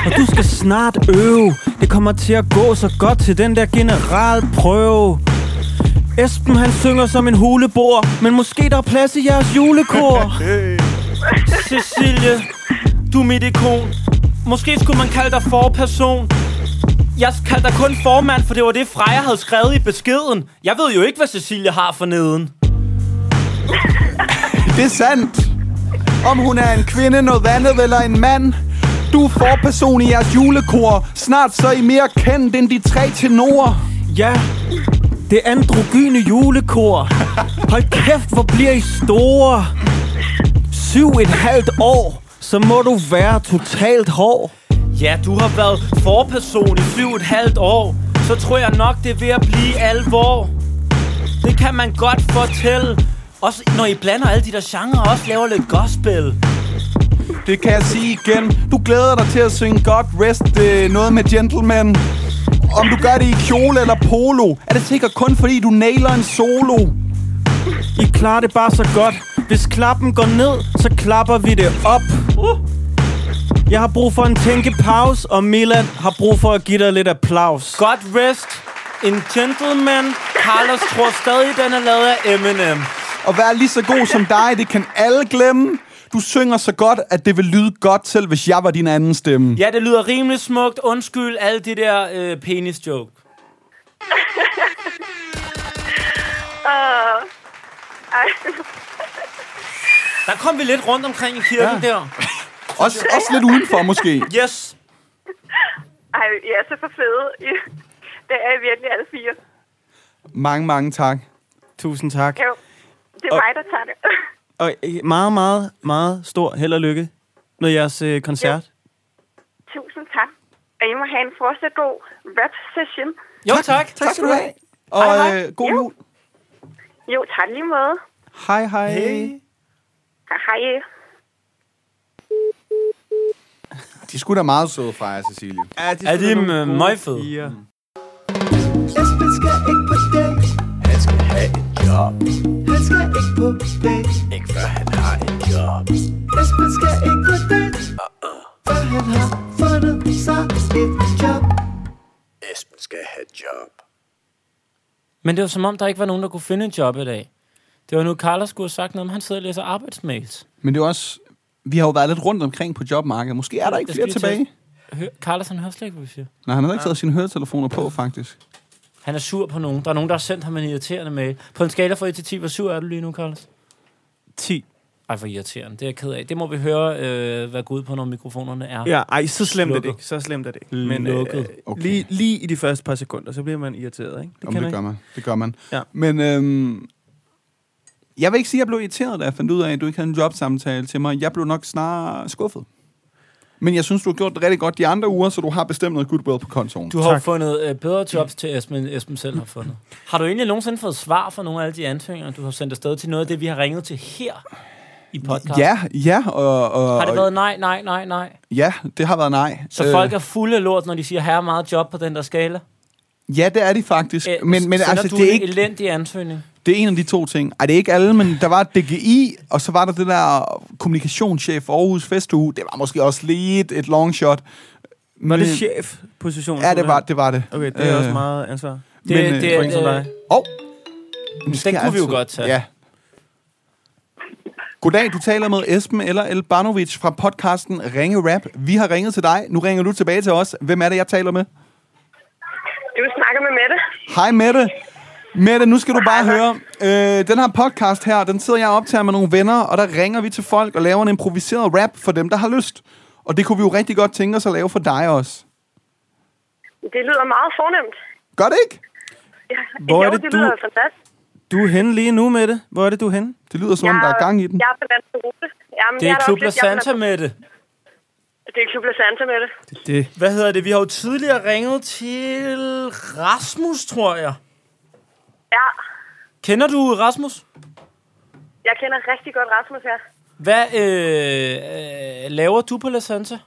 [SPEAKER 4] og du skal snart øve. Det kommer til at gå så godt til den der generalprøve. Esben han synger som en hulebor, men måske der er plads i jeres julekor.
[SPEAKER 1] Cecilie, du er mit ikon. Måske skulle man kalde dig forperson. Jeg kaldte dig kun formand, for det var det Freja havde skrevet i beskeden. Jeg ved jo ikke, hvad Cecilie har for neden.
[SPEAKER 2] Det er sandt. Om hun er en kvinde, noget andet eller en mand. Du er forperson i jeres julekor. Snart så er I mere kendt end de tre tenorer.
[SPEAKER 4] Ja, det androgyne julekor. Hold kæft, hvor bliver I store. Syv et halvt år, så må du være totalt hård.
[SPEAKER 1] Ja, du har været forperson i syv og et halvt år. Så tror jeg nok, det er ved at blive alvor. Det kan man godt fortælle. Også når I blander alle de der genrer, og også laver lidt gospel.
[SPEAKER 2] Det kan jeg sige igen. Du glæder dig til at synge God Rest øh, noget med gentleman. Om du gør det i kjole eller polo, er det sikkert kun fordi, du nailer en solo.
[SPEAKER 4] I klarer det bare så godt. Hvis klappen går ned, så klapper vi det op. Jeg har brug for en tænkepause, og Milad har brug for at give dig lidt applaus.
[SPEAKER 1] God rest, en gentleman. Carlos tror stadig, den er lavet af Eminem.
[SPEAKER 2] Og være lige så god som dig, det kan alle glemme. Du synger så godt, at det vil lyde godt, selv hvis jeg var din anden stemme.
[SPEAKER 1] Ja, det lyder rimelig smukt. Undskyld alle de der øh, penis-joke.
[SPEAKER 10] Og,
[SPEAKER 1] Der kom vi lidt rundt omkring i kirken ja. der.
[SPEAKER 2] Også, også lidt udenfor måske.
[SPEAKER 1] Yes.
[SPEAKER 10] ej, I er så for fede. I- Det er I virkelig alle fire.
[SPEAKER 2] Mange, mange tak.
[SPEAKER 4] Tusind tak.
[SPEAKER 10] Jo, det er mig, der tager det.
[SPEAKER 4] Og øh, meget, meget, meget stor held og lykke med jeres øh, koncert.
[SPEAKER 10] Tusind tak. Og I må have en fortsat god rap-session.
[SPEAKER 1] Jo, tak. Tak,
[SPEAKER 2] Tak skal du have.
[SPEAKER 1] Hej,
[SPEAKER 2] Og
[SPEAKER 1] hej.
[SPEAKER 2] øh, god
[SPEAKER 10] Jo.
[SPEAKER 2] jul.
[SPEAKER 10] Jo, tak lige måde.
[SPEAKER 2] Hej, hej.
[SPEAKER 10] Hej.
[SPEAKER 2] De skulle da meget søde fra jer, Cecilie. Mm.
[SPEAKER 4] Ja, de
[SPEAKER 1] Er de øh, møgfede?
[SPEAKER 3] Esben skal ikke på date. Han skal have et job. Han skal ikke på date. Ikke før han har et job. Esben skal ikke på date. Før han har fundet sig et job. Esben skal have job.
[SPEAKER 1] Men det var som om, der ikke var nogen, der kunne finde et job i dag. Det var nu, Carlos skulle have sagt noget om, han sidder og læser arbejdsmails.
[SPEAKER 2] Men det er også Vi har jo været lidt rundt omkring på jobmarkedet. Måske er der ikke
[SPEAKER 1] Jeg
[SPEAKER 2] flere
[SPEAKER 1] skal lige
[SPEAKER 2] tilbage.
[SPEAKER 1] til- Hør, Carlos, han hører slet ikke, hvad vi siger.
[SPEAKER 2] Nej, han har ikke taget sine høretelefoner på, faktisk.
[SPEAKER 1] Han er sur på nogen. Der er nogen, der har sendt ham en irriterende mail. På en skala fra 1 til 10, hvor sur er du lige nu, Carlos?
[SPEAKER 4] 10.
[SPEAKER 1] Ej, hvor irriterende. Det er jeg ked af. Det må vi høre, øh, hvad Gud på, når mikrofonerne er.
[SPEAKER 4] Ja, ej, så slemt er det
[SPEAKER 1] Slukket.
[SPEAKER 4] ikke. Så slemt er det ikke. øh,
[SPEAKER 1] Lukket.
[SPEAKER 2] Okay.
[SPEAKER 4] lige, lige i de første par sekunder, så bliver man irriteret, ikke? Det
[SPEAKER 2] Om det
[SPEAKER 4] jeg
[SPEAKER 2] gør man. Det gør man.
[SPEAKER 4] Ja.
[SPEAKER 2] Men øhm, jeg vil ikke sige, at jeg blev irriteret, da jeg fandt ud af, at du ikke havde en jobsamtale til mig. Jeg blev nok snarere skuffet. Men jeg synes, du har gjort det rigtig godt de andre uger, så du har bestemt noget goodwill på kontoen.
[SPEAKER 1] Du har jo
[SPEAKER 4] Tak.
[SPEAKER 1] fundet øh, bedre jobs til Esben, end Esben selv har fundet. Har du egentlig nogensinde fået svar fra nogle af alle de ansøgninger, du har sendt afsted til noget af det, vi har ringet til her i podcast?
[SPEAKER 2] Ja, ja, og, og,
[SPEAKER 1] Har det været nej, nej, nej, nej?
[SPEAKER 2] ja, det har været nej.
[SPEAKER 1] Så øh. folk er fulde af lort, når de siger, her er meget job på den der skala?
[SPEAKER 2] Ja, det er de faktisk.
[SPEAKER 1] Øh,
[SPEAKER 2] Øh, men men
[SPEAKER 1] sender
[SPEAKER 2] altså,
[SPEAKER 1] du
[SPEAKER 2] det er,
[SPEAKER 1] en
[SPEAKER 2] ikke,
[SPEAKER 1] elendig ansøgning?
[SPEAKER 2] det er en af de to ting. Ej, det er ikke alle, men der var DGI, og så var der det der kommunikationschef for Aarhus Festuge. Det var måske også lidt et long shot. Men,
[SPEAKER 4] Var det chefpositionen?
[SPEAKER 2] Ja, det var det. Var det.
[SPEAKER 4] Okay, det er øh, også
[SPEAKER 2] Øh,
[SPEAKER 4] meget ansvar.
[SPEAKER 1] Det,
[SPEAKER 2] Men, øh,
[SPEAKER 1] det,
[SPEAKER 2] for
[SPEAKER 4] For en som dig.
[SPEAKER 2] Åh! Den
[SPEAKER 1] kunne vi jo godt tage.
[SPEAKER 2] Ja. Goddag, du taler med Esben eller Elbanovic fra podcasten Ringe Rap. Vi har ringet til dig, nu ringer du tilbage til os. Hvem er det, jeg taler med?
[SPEAKER 9] Du snakker med Mette.
[SPEAKER 2] Hej Mette. Mette, nu skal du bare høre. Øh, den her podcast her, den sidder jeg og optager med nogle venner, og der ringer vi til folk og laver en improviseret rap for dem, der har lyst. Og det kunne vi jo rigtig godt tænke os at lave for dig også.
[SPEAKER 9] Det lyder meget fornemt.
[SPEAKER 2] Gør det ikke?
[SPEAKER 9] Ja,
[SPEAKER 4] Hvor er
[SPEAKER 9] jo,
[SPEAKER 4] det,
[SPEAKER 9] det
[SPEAKER 4] du-
[SPEAKER 9] lyder altså fantastisk.
[SPEAKER 4] Du er henne lige nu, med det. Hvor er det, du er henne?
[SPEAKER 2] Det lyder som om, der er gang i den.
[SPEAKER 9] Jeg er på Lanzarote. Jamen,
[SPEAKER 1] det
[SPEAKER 9] jeg
[SPEAKER 1] er
[SPEAKER 9] da
[SPEAKER 1] Klub
[SPEAKER 9] også lidt- jeg er på
[SPEAKER 1] Santa med det.
[SPEAKER 9] Lanzarote. Det er Klub La Santa med det.
[SPEAKER 4] Det.
[SPEAKER 1] Hvad hedder det? Vi har jo tidligere ringet til Rasmus, tror jeg.
[SPEAKER 9] Ja,
[SPEAKER 1] Kender du Rasmus?
[SPEAKER 9] jeg kender rigtig godt Rasmus her.
[SPEAKER 1] Hvad øh, øh, laver du på La Santa?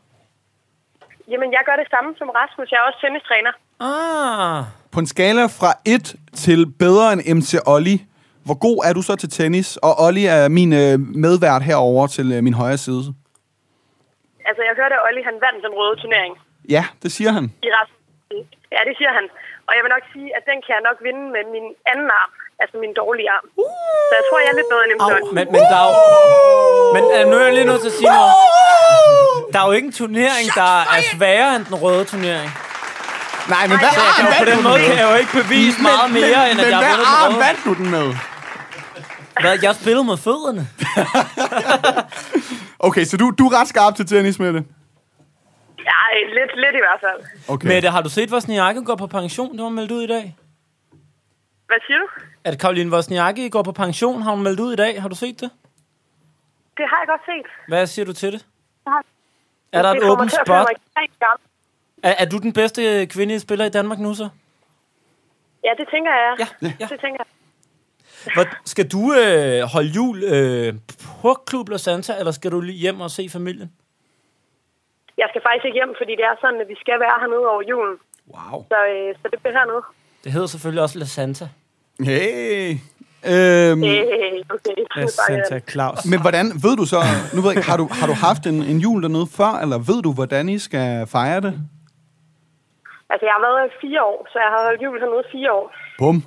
[SPEAKER 9] Jamen, jeg gør det samme som Rasmus. Jeg er også tennistræner.
[SPEAKER 1] Ah,
[SPEAKER 2] På en skala fra 1 til bedre end MC Olli, hvor god er du så til tennis? Og Olli er min øh, medvært herover til øh, min højre side.
[SPEAKER 9] Altså, jeg hørte, at Olli han vandt den røde turnering
[SPEAKER 2] Ja, det siger han.
[SPEAKER 9] i resten. Ja, det siger han. Og jeg vil nok sige, at den kan jeg nok vinde med min anden arm. Altså min dårlige arm. Så jeg tror, jeg er lidt bedre end MC Olli.
[SPEAKER 1] men, men der er jo... Men øh, nu er jeg lige nødt til at sige noget. Der er jo ikke en turnering, der er sværere end den røde turnering.
[SPEAKER 2] Nej, men hvad
[SPEAKER 1] Så
[SPEAKER 2] arm
[SPEAKER 1] på den måde kan jeg jo ikke bevise meget mere, end at
[SPEAKER 2] men
[SPEAKER 1] jeg
[SPEAKER 2] hvad
[SPEAKER 1] har vundet den
[SPEAKER 2] arm
[SPEAKER 1] røde.
[SPEAKER 2] vandt du den med?
[SPEAKER 1] Hvad, jeg spillede med fødderne.
[SPEAKER 2] Okay, så du, du er ret skarp til tennis, med det.
[SPEAKER 9] Ja, lidt, lidt i hvert fald.
[SPEAKER 2] Okay.
[SPEAKER 1] Mette, har du set, hvor Sniakke går på pension? Det har hun meldt ud i dag.
[SPEAKER 9] Hvad siger du?
[SPEAKER 1] At Karoline Vosniakke går på pension, har hun meldt ud i dag. Har du set det?
[SPEAKER 9] Det har jeg godt set.
[SPEAKER 1] Hvad siger du til det? Er der
[SPEAKER 9] det
[SPEAKER 1] et
[SPEAKER 9] kommer
[SPEAKER 1] åbent
[SPEAKER 9] til at
[SPEAKER 1] spot?
[SPEAKER 9] føre mig ekstremt gammel.
[SPEAKER 1] Er, er du den bedste øh, kvindelige spiller i Danmark nu så?
[SPEAKER 9] Ja, det tænker jeg.
[SPEAKER 1] Ja, ja.
[SPEAKER 9] Det tænker jeg.
[SPEAKER 1] Hvor, skal du øh, holde jul øh, på Klub La Santa, eller skal du lige hjem og se familien?
[SPEAKER 9] Jeg skal faktisk ikke hjem, fordi det er sådan, at vi skal være hernede over julen.
[SPEAKER 2] Wow.
[SPEAKER 9] Så, øh, så det bliver hernede.
[SPEAKER 1] Det hedder selvfølgelig også La Santa.
[SPEAKER 2] Hey. Øhm,
[SPEAKER 9] Øh, okay.
[SPEAKER 4] Ja, Santa Claus.
[SPEAKER 2] men hvordan, ved du så, nu ved jeg, ikke, har du, har du haft en, en jul dernede før, eller ved du, hvordan I skal fejre det?
[SPEAKER 9] Altså, jeg har været her i fire år, så jeg har holdt jul hernede i fire år.
[SPEAKER 2] Bum.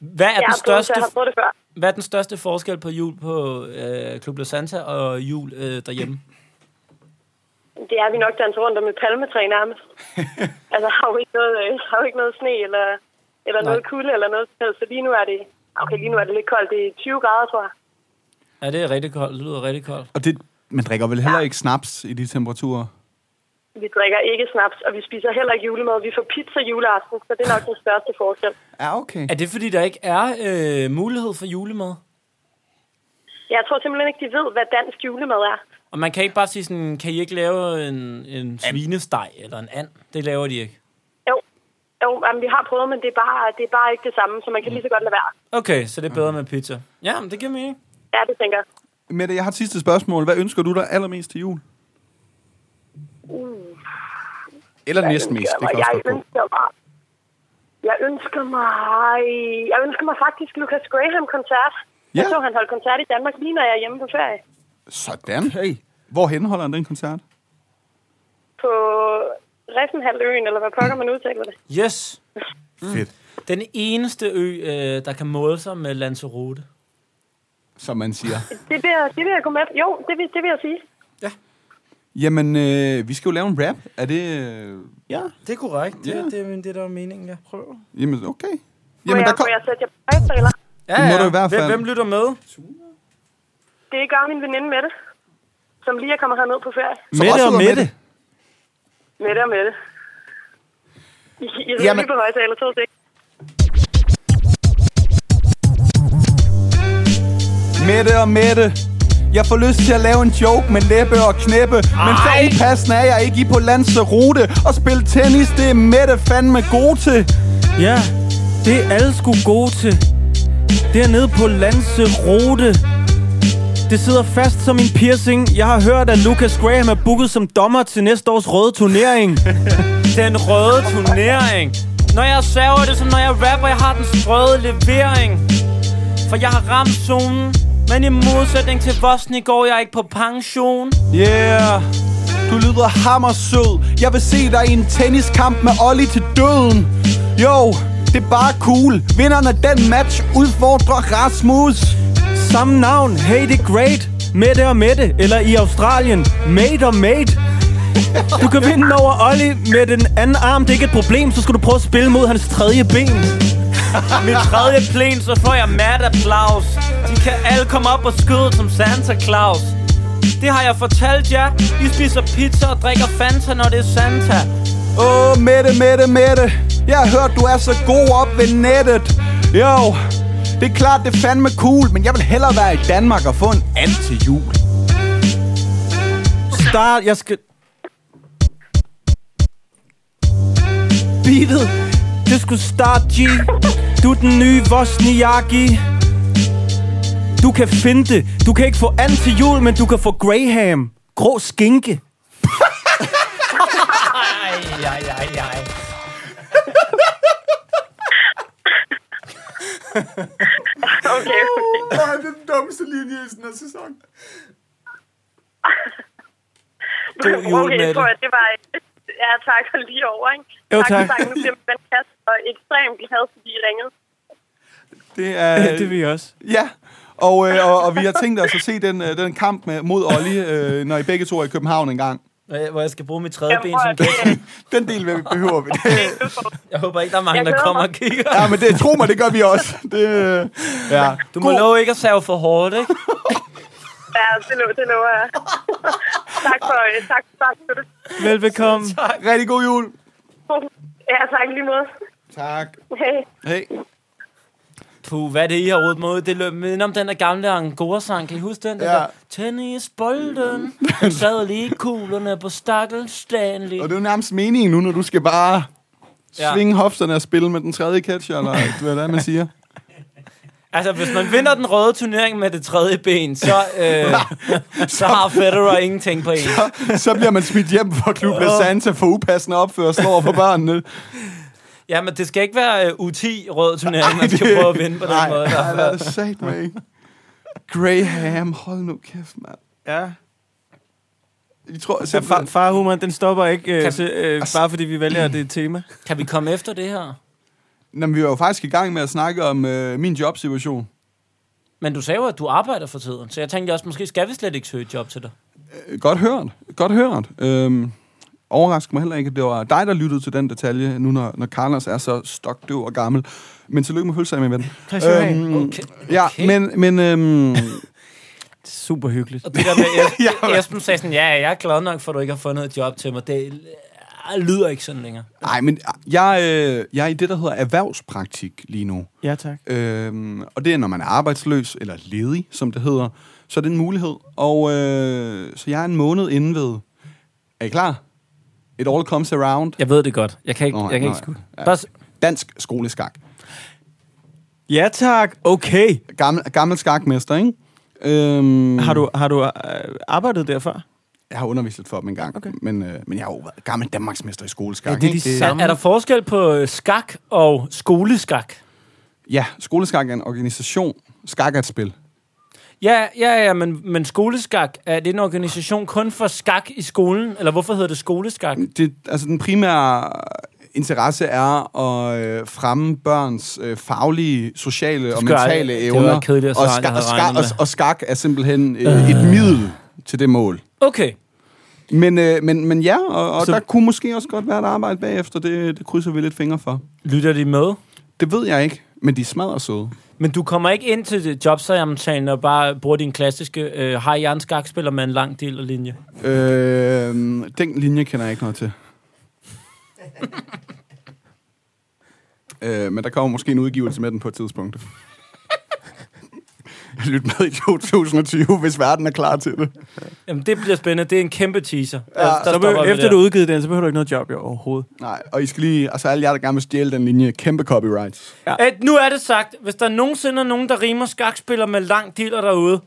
[SPEAKER 1] Hvad er,
[SPEAKER 9] jeg, har
[SPEAKER 1] den
[SPEAKER 9] prøvet, så
[SPEAKER 1] største,
[SPEAKER 9] jeg har prøvet det før.
[SPEAKER 1] hvad er den største forskel på jul på øh, Klub La Santa og jul øh, derhjemme?
[SPEAKER 9] Det er vi nok danser rundt om et palmetræ nærmest. altså, har jo ikke noget, øh, har jo ikke noget sne eller, eller noget kulde eller noget. som helst. Så lige nu er det... Okay, lige nu er det lidt koldt. Det er 20 grader, tror jeg.
[SPEAKER 1] Ja, det er rigtig koldt. Det lyder rigtig koldt.
[SPEAKER 2] Og det, man drikker vel heller ikke snaps i de temperaturer?
[SPEAKER 9] Vi drikker ikke snaps, og vi spiser heller ikke julemad. Vi får pizza juleaften, så det er nok den største forskel.
[SPEAKER 2] Ja, okay.
[SPEAKER 1] Er det, fordi der ikke er øh, mulighed for julemad?
[SPEAKER 9] Jeg tror simpelthen ikke, de ved, hvad dansk julemad er.
[SPEAKER 1] Og man kan ikke bare sige sådan, kan I ikke lave en, en svinesteg eller en and? Det laver de ikke.
[SPEAKER 9] Jo, jo jamen, vi har prøvet, men det er, bare, det er bare ikke det samme, så man kan lige så godt lade være.
[SPEAKER 1] Okay, så det er bedre med pizza. Ja, men det giver mening.
[SPEAKER 9] Ja, det tænker jeg.
[SPEAKER 2] Mette, jeg har et sidste spørgsmål. Hvad ønsker du dig allermest til jul? Eller næsten mest, det kan
[SPEAKER 9] Uh. jeg
[SPEAKER 2] også godt gå.
[SPEAKER 9] ønsker mig, jeg ønsker mig, jeg ønsker mig faktisk Lucas Graham-koncert. Jeg
[SPEAKER 2] Ja.
[SPEAKER 9] så, han holdt koncert i Danmark lige når jeg er hjemme på ferie.
[SPEAKER 2] Sådan. Hey. Hvor henholder han den koncert?
[SPEAKER 9] På Refsenhalvøen, eller hvad pokker man udtaler det.
[SPEAKER 1] Yes.
[SPEAKER 2] Mm. Fedt.
[SPEAKER 1] Den eneste ø, øh, der kan måle sig med Lanzarote.
[SPEAKER 2] som man siger.
[SPEAKER 9] Det vil, jeg, det vil jeg gå med. Jo, det vil, det vil jeg sige.
[SPEAKER 2] Jamen, øh, vi skal jo lave en rap. Er det... Øh,
[SPEAKER 4] Ja.
[SPEAKER 11] Det er korrekt. Det,
[SPEAKER 2] Ja.
[SPEAKER 11] yeah. det, det, det er der er meningen, jeg prøver.
[SPEAKER 2] jamen, okay.
[SPEAKER 9] Må,
[SPEAKER 2] Jamen,
[SPEAKER 9] jeg, må jeg sætte jer på højtaler?
[SPEAKER 11] Ja,
[SPEAKER 2] Det må du i hvert fald.
[SPEAKER 11] Hvem, hvem lytter med?
[SPEAKER 9] Det gør min veninde Mette, som lige er kommet herned på ferie.
[SPEAKER 2] Så
[SPEAKER 4] Mette
[SPEAKER 2] også
[SPEAKER 4] og
[SPEAKER 2] sidder
[SPEAKER 4] Mette.
[SPEAKER 2] Mette.
[SPEAKER 9] Mette og Mette. I, I sidder
[SPEAKER 2] Jamen.
[SPEAKER 9] lige på højtaler, to sek.
[SPEAKER 2] Mette og Mette. Jeg får lyst til at lave en joke med læbe og knæppe Men så upassende er jeg ikke i på landsrute Og spille tennis, det er Mette fandme god til
[SPEAKER 4] Ja, det er alle sgu gode til. Dernede på Lanserote. Det sidder fast som en piercing. Jeg har hørt, at Lucas Graham er booket som dommer til næste års røde turnering.
[SPEAKER 1] Den røde turnering. Når jeg saver det, er som når jeg rapper, jeg har den sprøde levering. For jeg har ramt zonen. Men i modsætning til Vosni går jeg ikke på pension.
[SPEAKER 2] Yeah Du lyder hammersød Jeg vil se dig i en tenniskamp med Olli til døden Jo, det er bare cool Vinderen af den match udfordrer Rasmus
[SPEAKER 4] Samme navn, hey det er great. Mette og Mette, eller i Australien, mate og mate. Du kan vinde over Olli med den anden arm, det er ikke et problem, så skal du prøve at spille mod hans tredje ben.
[SPEAKER 1] Mit tredje plan, så får jeg mad applaus. De kan alle komme op og skyde som Santa Claus. Det har jeg fortalt jer. I spiser pizza og drikker Fanta, når det er Santa.
[SPEAKER 2] Åh, oh, Mette, Mette, Mette. Jeg har hørt, du er så god op ved nettet. Jo, det er klart, det er fandme cool, men jeg vil hellere være i Danmark og få en and til jul.
[SPEAKER 4] Start, jeg skal... Beatet, det skulle starte, G. Du er den nye Vosniaki. Du kan finde det. Du kan ikke få an til jul, men du kan få Graham. Grå skinke.
[SPEAKER 11] Ej, ej, ej.
[SPEAKER 9] Okay.
[SPEAKER 11] Åh, det er den dummeste linje i sådan en sæson.
[SPEAKER 1] God jul,
[SPEAKER 9] okay, jeg
[SPEAKER 1] Mette.
[SPEAKER 9] tror, at det var... Ja, tak og lige over, ikke?
[SPEAKER 4] Jo, tak.
[SPEAKER 9] tak. Nu bliver man kast og ekstremt glad, fordi I ringede.
[SPEAKER 2] Det er...
[SPEAKER 4] vil jeg også.
[SPEAKER 2] Ja, og, øh, og, og vi har tænkt os at se den, øh, den kamp med, mod Olli, øh, når I begge to er i København en gang.
[SPEAKER 11] Hvor jeg- Hvor jeg skal bruge mit tredje ben
[SPEAKER 9] tror,
[SPEAKER 11] som
[SPEAKER 9] at det,
[SPEAKER 11] gæst.
[SPEAKER 2] Den del vil vi behøver vi.
[SPEAKER 11] Jeg håber ikke, der er mange,
[SPEAKER 9] Jeg
[SPEAKER 11] der
[SPEAKER 9] glæder
[SPEAKER 11] kommer
[SPEAKER 9] mig.
[SPEAKER 11] og kigger.
[SPEAKER 2] Ja, men det, tro mig, det gør vi også. Det, øh, ja.
[SPEAKER 1] Du må love ikke at save for hårdt, ikke?
[SPEAKER 9] ja, det, lo- det lover jeg. tak for, øh, tak, tak for det.
[SPEAKER 4] Velbekomme.
[SPEAKER 2] Rigtig god jul.
[SPEAKER 9] Ja, tak lige måde.
[SPEAKER 2] Tak.
[SPEAKER 9] Hej.
[SPEAKER 2] Hey.
[SPEAKER 1] Puh, hvad er det, I har rodet mod? Det løb minder om den der gamle Angora-sang. Kan I huske den? den
[SPEAKER 2] Ja.
[SPEAKER 1] ja. der, Altså, Tennisbolden, den sad lige i kuglerne på stakkels Stanley.
[SPEAKER 2] Og det er jo nærmest meningen nu, når du skal bare
[SPEAKER 1] Ja.
[SPEAKER 2] Ah, svinge hofterne og spille med den tredje catcher, eller hvad det er, man siger.
[SPEAKER 1] Altså, hvis man vinder den røde turnering med det tredje ben, så, øh, så har Federer ingenting på en.
[SPEAKER 2] så bliver man smidt hjem fra Klub La Santa for upassende opførsel over for børnene.
[SPEAKER 1] Ja, men det skal ikke være øh, U10 rød turnering, man skal
[SPEAKER 2] det-
[SPEAKER 1] prøve at vinde på den
[SPEAKER 2] Nej,
[SPEAKER 1] måde. Der.
[SPEAKER 2] nej, hvad er det sagt, mig ikke? Graham, hold nu kæft, mand.
[SPEAKER 4] Ja.
[SPEAKER 2] Jeg tror,
[SPEAKER 4] Så far,
[SPEAKER 2] simpelthen, Altså-
[SPEAKER 4] farhumoren, den stopper ikke, øh,
[SPEAKER 1] Kan-
[SPEAKER 4] så, øh, bare fordi vi vælger, at det er et tema.
[SPEAKER 1] Kan vi komme efter det her?
[SPEAKER 2] Nå, men vi var jo faktisk i gang med at snakke om øh, min jobsituation.
[SPEAKER 1] Men du sagde jo, at du arbejder for tiden, så jeg tænkte også, måske skal vi slet ikke søge et job til dig.
[SPEAKER 2] Øh, Godt hørt, godt hørt. Øhm, overrasker mig heller ikke, at det var dig, der lyttede til den detalje, nu når, når Carlos er så stokdøv og gammel. Men tillykke med fødselsdagen, min ven. Øhm,
[SPEAKER 1] Okay.
[SPEAKER 2] Ja, men, men øhm,
[SPEAKER 4] Super hyggeligt.
[SPEAKER 1] Og det der med Esben, Esben sagde sådan, ja, jeg er glad nok for, at du ikke har fundet et job til mig. Det øh, lyder ikke sådan længere.
[SPEAKER 2] nej, men jeg, øh, jeg er i det, der hedder erhvervspraktik lige nu.
[SPEAKER 4] Ja, tak.
[SPEAKER 2] Øhm, og det er, når man er arbejdsløs eller ledig, som det hedder, så er det en mulighed. Og øh, så jeg er en måned inde ved... Er I klar? It all comes around.
[SPEAKER 1] Jeg ved det godt. Jeg kan ikke,
[SPEAKER 2] Nå,
[SPEAKER 1] jeg kan
[SPEAKER 2] nå,
[SPEAKER 1] ikke skue.
[SPEAKER 2] ja.
[SPEAKER 1] Bare, s-
[SPEAKER 2] Dansk skoleskak.
[SPEAKER 4] Ja, tak. Okay.
[SPEAKER 2] Gammel, gammel skakmester, ikke? Øhm,
[SPEAKER 4] Har du, har du øh, arbejdet der før?
[SPEAKER 2] Jeg har undervist lidt for dem engang, okay. men, øh, men jeg har jo været gammel Danmarksmester i skoleskak.
[SPEAKER 4] Ja, det er
[SPEAKER 2] ikke?
[SPEAKER 4] de samme.
[SPEAKER 1] er, er der forskel på øh, skak og skoleskak?
[SPEAKER 2] ja, skoleskak er en organisation. Skak er et spil.
[SPEAKER 1] Ja, ja, ja, men, men skoleskak, er det en organisation kun for skak i skolen? Eller hvorfor hedder det skoleskak?
[SPEAKER 2] Det, altså den primære interesse er at øh, fremme børns øh, faglige, sociale og
[SPEAKER 1] Skak.
[SPEAKER 2] mentale
[SPEAKER 1] Det var
[SPEAKER 2] evner.
[SPEAKER 1] kedeligt at
[SPEAKER 2] og,
[SPEAKER 1] svare, end jeg
[SPEAKER 2] og,
[SPEAKER 1] havde regnet
[SPEAKER 2] og,
[SPEAKER 1] med.
[SPEAKER 2] og skak er simpelthen øh, et middel til det mål.
[SPEAKER 1] Okay.
[SPEAKER 2] Men, øh, men, men ja, og, og
[SPEAKER 1] Så-
[SPEAKER 2] så... der kunne måske også godt være et arbejde bagefter. Det, det krydser vi lidt fingre for.
[SPEAKER 1] Lytter de med?
[SPEAKER 2] Det ved jeg ikke, men de smadrer søde.
[SPEAKER 1] Men du kommer ikke ind til det jobsamtalen og bare bruger din klassiske øh, har jeg en skakspiller med en lang del af linje.
[SPEAKER 2] Øh, den linje kender jeg ikke noget til. øh, men der kommer måske en udgivelse med den på et tidspunkt. Lyt med i 2020, hvis verden er klar til det.
[SPEAKER 1] Jamen, det bliver spændende. Det er en kæmpe teaser. Ja,
[SPEAKER 4] så behøver, efter du har udgivet den, så behøver du ikke noget job jo, overhovedet.
[SPEAKER 2] Nej, og I skal lige... Altså, alle jer, der gerne vil stjæle den linje, kæmpe copyrights.
[SPEAKER 1] Ja. Et, nu er det sagt. Hvis der nogensinde er nogen, der rimer skakspiller med lang dealer derude,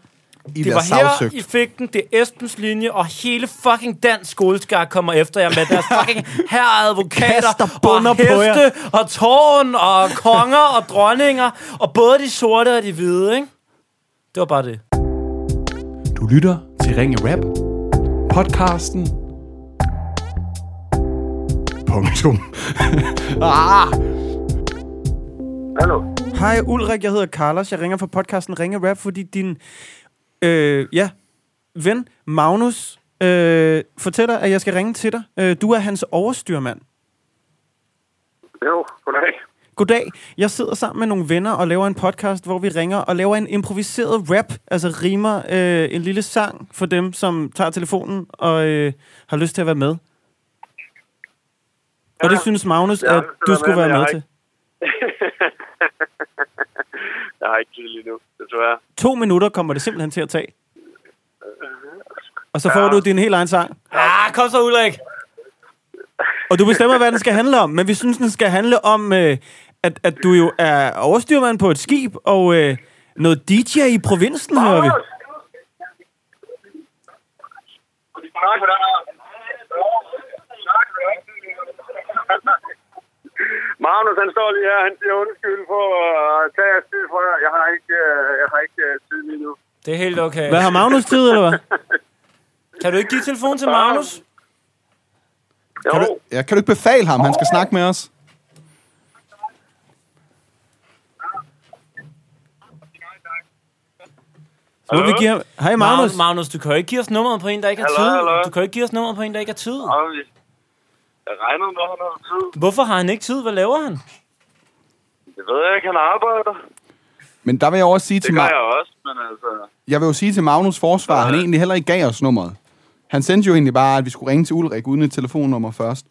[SPEAKER 2] I
[SPEAKER 1] det
[SPEAKER 2] bliver
[SPEAKER 1] var
[SPEAKER 2] sagsøgt.
[SPEAKER 1] her, I fik den. Det er Esbens linje, og hele fucking dansk skoleskak kommer efter jer med deres fucking herreadvokater og heste og tårn og konger og dronninger og både de sorte og de hvide, ikke? Det var bare det.
[SPEAKER 2] Du lytter til Ringe Rap, podcasten. Punktum. ah!
[SPEAKER 4] Hallo. Hej Ulrik, jeg hedder Carlos. Jeg ringer fra podcasten Ringe Rap, fordi din øh, ja, ven Magnus øh, fortæller, at jeg skal ringe til dig. Øh, du er hans overstyrmand.
[SPEAKER 12] Jo, goddag.
[SPEAKER 4] Goddag. Jeg sidder sammen med nogle venner og laver en podcast, hvor vi ringer og laver en improviseret rap, altså rimer øh, en lille sang for dem, som tager telefonen og øh, har lyst til at være med. Og det synes Magnus,
[SPEAKER 12] Jeg har
[SPEAKER 4] at
[SPEAKER 12] lyst til at være
[SPEAKER 4] du skulle
[SPEAKER 12] med,
[SPEAKER 4] være
[SPEAKER 12] men
[SPEAKER 4] med
[SPEAKER 12] jeg
[SPEAKER 4] til.
[SPEAKER 12] jeg har ikke tid lige nu, desværre.
[SPEAKER 4] To minutter kommer det simpelthen til at tage. Og så får du din helt egen sang.
[SPEAKER 1] Ah, kom så, Ulrik.
[SPEAKER 4] Og du bestemmer, hvad den skal handle om. Men vi synes, den skal handle om, øh, at, at du jo er overstyrmand på et skib, og øh, noget DJ i provinsen, hører vi.
[SPEAKER 12] Magnus, han står lige her. Han siger undskyld for at tage jeres tid fra jer. Jeg har ikke, øh, jeg har ikke øh, tid lige nu.
[SPEAKER 1] Det er helt okay.
[SPEAKER 4] Hvad har Magnus tid, eller hvad?
[SPEAKER 1] Kan du ikke give telefonen til Magnus?
[SPEAKER 2] Kan du, ja, kan du ikke befale ham? Han skal snakke med os.
[SPEAKER 4] Så må vi give ham... Hej, Magnus.
[SPEAKER 1] Magnus. Magnus, du kan jo ikke give os nummeret på en, der ikke har
[SPEAKER 12] Hallo,
[SPEAKER 1] tid.
[SPEAKER 12] hallo.
[SPEAKER 1] Du kan jo ikke give os nummeret på en, der ikke har tid.
[SPEAKER 12] Og vi- Jeg regner med, at han har tid.
[SPEAKER 1] Hvorfor har han ikke tid? Hvad laver han?
[SPEAKER 12] Det ved jeg ikke, han arbejder.
[SPEAKER 2] Men der vil jeg også sige
[SPEAKER 12] Det
[SPEAKER 2] til
[SPEAKER 12] gør
[SPEAKER 2] mig...
[SPEAKER 12] jeg også, men altså...
[SPEAKER 2] Jeg vil jo sige til Magnus Forsvar, at han egentlig heller ikke gav os nummeret. Han sendte jo egentlig bare, at vi skulle ringe til Ulrik uden et telefonnummer først.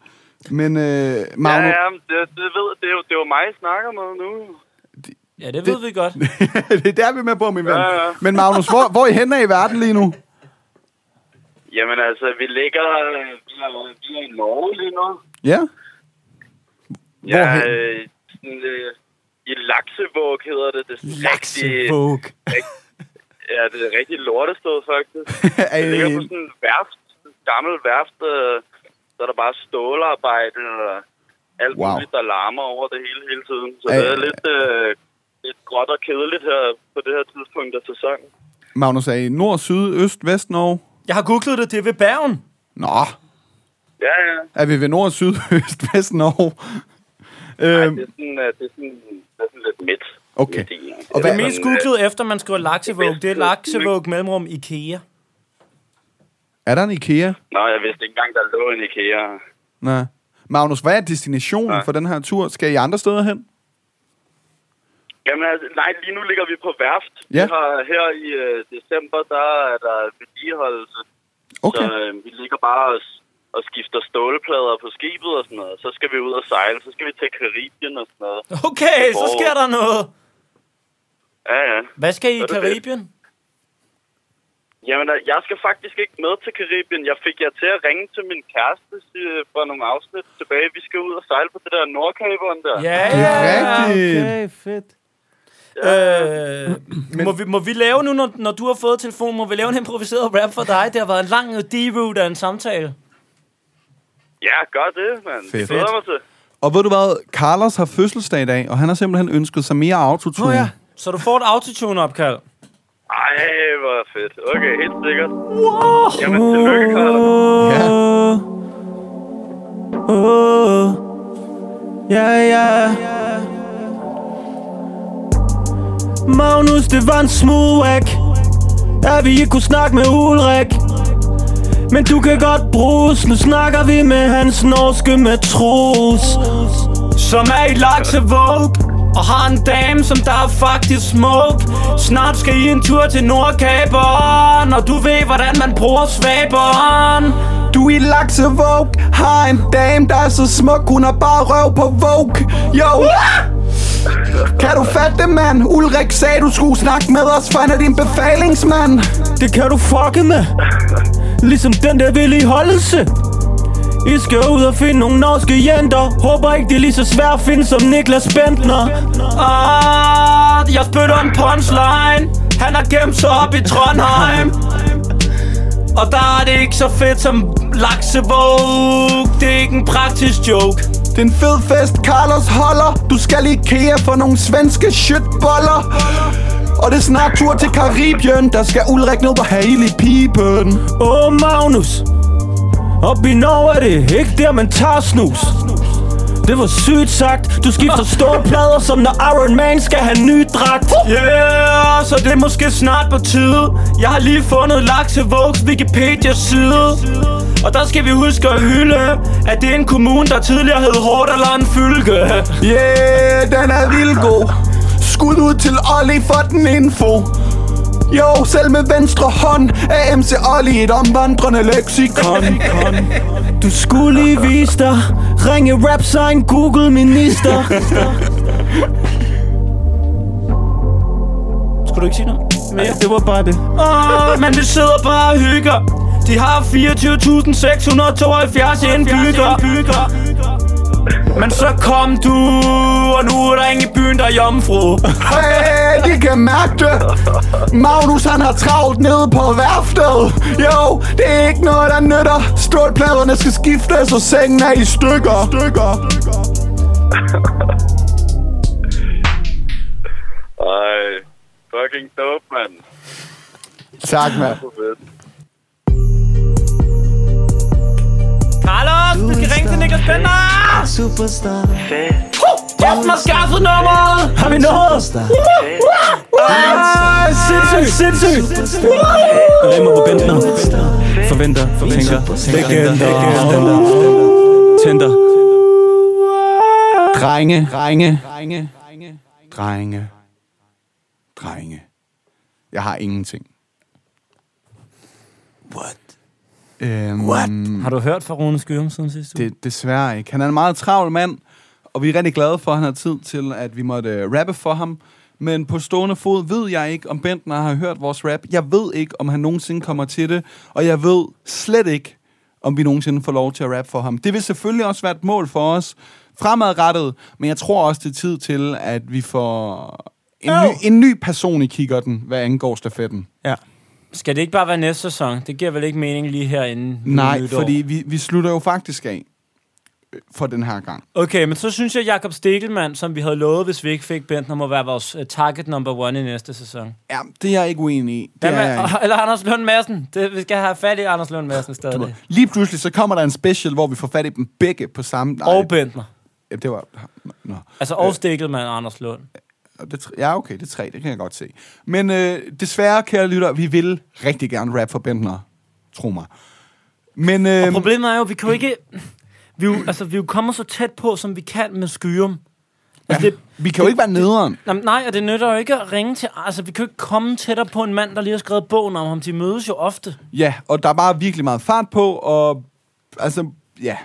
[SPEAKER 2] Men øh,
[SPEAKER 12] Ja,
[SPEAKER 2] Magnus...
[SPEAKER 12] ja, men det, det, ved, det, er jo, det er jo mig, jeg snakker med nu.
[SPEAKER 1] Ja, det ved vi godt.
[SPEAKER 2] det er der, vi er med på, min ven.
[SPEAKER 12] Ja, ja.
[SPEAKER 2] Men Magnus, hvor, hvor er I henne af i verden lige nu?
[SPEAKER 12] Jamen altså, vi ligger... øh, Vi er, vi er i Norge lige nu.
[SPEAKER 2] Ja?
[SPEAKER 12] Ja,
[SPEAKER 2] Hvorhen?
[SPEAKER 12] øh, sådan, øh, i Laksevåg hedder det. det er sådan
[SPEAKER 4] Laksevåg.
[SPEAKER 12] rigtig- Rigt, ja, det er rigtig lortested, faktisk.
[SPEAKER 2] Ej.
[SPEAKER 12] Det ligger på sådan en værft, sådan en gammel værft, øh, der er der bare stålarbejde og alt
[SPEAKER 2] Wow.
[SPEAKER 12] wow. muligt, der larmer over det hele hele tiden. Så
[SPEAKER 2] Ej.
[SPEAKER 12] det er lidt, øh, lidt gråt og kedeligt her på det her tidspunkt af sæsonen.
[SPEAKER 2] Magnus er i nord, syd, øst, vest, Norge?
[SPEAKER 1] Jeg har googlet det. Det er ved Bergen.
[SPEAKER 2] Nå,
[SPEAKER 12] Ja, ja.
[SPEAKER 2] er vi ved nord, syd, øst, vest, Norge? Øhm,
[SPEAKER 12] Det er sådan, øh, det er sådan, det er sådan lidt midt.
[SPEAKER 2] okay.
[SPEAKER 12] midt i.
[SPEAKER 2] Og
[SPEAKER 1] Det
[SPEAKER 2] hvad,
[SPEAKER 1] mest
[SPEAKER 12] øh,
[SPEAKER 1] googlede efter, man skriver laksevåg, det er laksevåg mellemrum IKEA.
[SPEAKER 2] er der en IKEA?
[SPEAKER 12] Nå, jeg vidste ikke engang, der lå en IKEA.
[SPEAKER 2] Nej. Magnus, hvad er destinationen
[SPEAKER 12] Nej.
[SPEAKER 2] for den her tur? Skal I andre steder hen?
[SPEAKER 12] Jamen altså, nej, lige nu ligger vi på værft.
[SPEAKER 2] Ja.
[SPEAKER 12] Vi har, her i øh, december, der er der vedligeholdelse.
[SPEAKER 2] Okay.
[SPEAKER 12] Så øh, vi ligger bare og, s- og skifter stålplader på skibet og sådan noget. Så skal vi ud og sejle, så skal vi til Karibien og sådan noget.
[SPEAKER 1] Okay, så sker der noget.
[SPEAKER 12] Ja, ja.
[SPEAKER 1] Hvad skal I
[SPEAKER 12] Så
[SPEAKER 1] i
[SPEAKER 12] er det
[SPEAKER 1] Karibien?
[SPEAKER 12] Jamen, øh, jeg skal faktisk ikke med til Karibien. Jeg fik jer til at ringe til min kæreste øh, for nogle afsnit tilbage. Vi skal ud og sejle på det der Nordkaberen der.
[SPEAKER 1] Ja,
[SPEAKER 2] Det er
[SPEAKER 1] ja.
[SPEAKER 2] rigtigt.
[SPEAKER 4] fedt.
[SPEAKER 1] Øh, må, vi, må vi lave nu, når, når du har fået telefonen, må vi lave en improviseret rap for dig? Det har været en lang øh, deroute af en samtale.
[SPEAKER 12] ja gør det, mand.
[SPEAKER 2] Fedt.
[SPEAKER 12] Det glæder jeg mig til.
[SPEAKER 2] Og ved du hvad? Carlos har fødselsdag i dag, og han har simpelthen ønsket sig mere autotune.
[SPEAKER 1] Nå ja. Så du får et autotune-opkald.
[SPEAKER 12] Ej, hvor fedt. Okay, helt sikkert. Jamen, tillykke, Carlos.
[SPEAKER 2] ja.
[SPEAKER 4] Åh, Ja, ja. Magnus, det var en smule væk At vi ikke kunne snakke med Ulrik Men du kan godt bruges Nu snakker vi med hans norske matros
[SPEAKER 1] Som er i laksevåg Og har en dame, som der er faktisk smuk Snart skal I en tur til Nordkaberen Og du ved, hvordan man bruger svaberen
[SPEAKER 3] Du er i laksevåg Har en dame, der er så smuk Hun har bare røv på våg Jo Kan du fatte det, mand? Ulrik sagde, du skulle snakke med os For han er din befalingsmand
[SPEAKER 4] Det kan du fucke med Ligesom den der vedligeholdelse I skal ud og finde nogle norske jenter Håber ikke det er lige så svært at finde som Niklas Bentner
[SPEAKER 1] Ah, jeg spytter en punchline Han har gemt sig op i Trondheim Og der er det ikke så fedt som laksevåg Det er ikke en praktisk joke
[SPEAKER 3] Det er en fed fest, Carlos holder Du skal i IKEA for nogle svenske shitboller Og det er snart tur til Karibien Der skal Ulrik ned på Haley Pipen
[SPEAKER 4] Åh, oh, Magnus Op i Norge er det ikke der, man tager snus Det var sygt sagt Du skifter stålplader, som når Iron Man skal have ny dragt
[SPEAKER 1] Yeah, så det er måske snart på tide Jeg har lige fundet Laksevågs Wikipedia-side Og der skal vi huske at hylde At det er en kommune, der tidligere hed Hordaland Fylke
[SPEAKER 3] Yeah, den er vild god Skud ud til Olli for den info jo, selv med venstre hånd er MC Olli et omvandrende leksikon.
[SPEAKER 4] Du skulle lige vise dig Ringe rap sign Google minister
[SPEAKER 1] Skulle du ikke sige noget mere?
[SPEAKER 4] Det var bare det
[SPEAKER 1] Åh, men det sidder bare og hygger De har 24.672 indbygger Men så kom du Og nu er der ingen i byen, der er jomfru
[SPEAKER 3] Hey, de kan mærke det. Magnus han har travlt nede på værftet. Jo, det er ikke noget, der nytter. Stålpladerne skal skiftes, og sengen er i stykker. stykker.
[SPEAKER 12] Ej, fucking dope, mand.
[SPEAKER 3] Tak, mand.
[SPEAKER 1] Carlos, du skal ringe til Niklas Bender!
[SPEAKER 3] Superstar.
[SPEAKER 1] Kæft mig skaffet nummeret!
[SPEAKER 4] Har vi nået? Ah, sindssygt, sindssygt Jeg Rimer på Bentner Forventer, fortænker Legender Tænder
[SPEAKER 2] Drenge, drenge, drenge, drenge, drenge. Jeg har ingenting. What? Øhm, What?
[SPEAKER 1] Har du hørt fra Rune Skyrum siden sidste uge?
[SPEAKER 2] Det, desværre ikke. Han er en meget travl mand, og vi er rigtig glade for, at han har tid til, at vi måtte øh, rappe for ham. Men på stående fod ved jeg ikke, om Bentner har hørt vores rap. Jeg ved ikke, om han nogensinde kommer til det. Og jeg ved slet ikke, om vi nogensinde får lov til at rappe for ham. Det vil selvfølgelig også være et mål for os fremadrettet. Men jeg tror også, det er tid til, at vi får en, ny, en ny person i kikkerten, hvad angår stafetten.
[SPEAKER 4] Ja.
[SPEAKER 1] Skal det ikke bare være næste sæson? Det giver vel ikke mening lige herinde? ved
[SPEAKER 2] Nej,
[SPEAKER 1] nytår.
[SPEAKER 2] fordi vi, vi slutter jo faktisk af øh, for den her gang.
[SPEAKER 1] Okay, men så synes jeg, Jakob Stikkelmann, som vi havde lovet, hvis vi ikke fik Bentner, må være vores øh, target number one i næste sæson.
[SPEAKER 2] Ja, det er jeg ikke uenig i. Det
[SPEAKER 1] Hvad
[SPEAKER 2] er jeg
[SPEAKER 1] med,
[SPEAKER 2] ikke.
[SPEAKER 1] eller Anders Lund Madsen. Det, vi skal have fat i Anders Lund Madsen
[SPEAKER 2] Du
[SPEAKER 1] stadig.
[SPEAKER 2] ved, Lige pludselig, så kommer der en special, hvor vi får fat i dem begge på samme... Nej,
[SPEAKER 1] Og Bentner.
[SPEAKER 2] ja, det var... Nå.
[SPEAKER 1] Altså, og Stikkelmann og Anders Lund.
[SPEAKER 2] Og Det, er tre- ja, okay, det er tre, det kan jeg godt se. Men øh, desværre, kære lytter, vi vil rigtig gerne rap for Bentner. Tro mig. Men øh,
[SPEAKER 1] Og problemet er jo, vi kan jo ikke... Vi er jo, altså, vi er jo kommet så tæt på, som vi kan med Skyrum. Altså, ja. det,
[SPEAKER 2] vi kan jo ikke være nederen.
[SPEAKER 1] Jamen, nej, og det nytter jo ikke at ringe til... Altså, vi kan jo ikke komme tættere på en mand, der lige har skrevet bogen om ham. De mødes jo ofte.
[SPEAKER 2] Ja, og der er bare virkelig meget fart på, og altså, ja.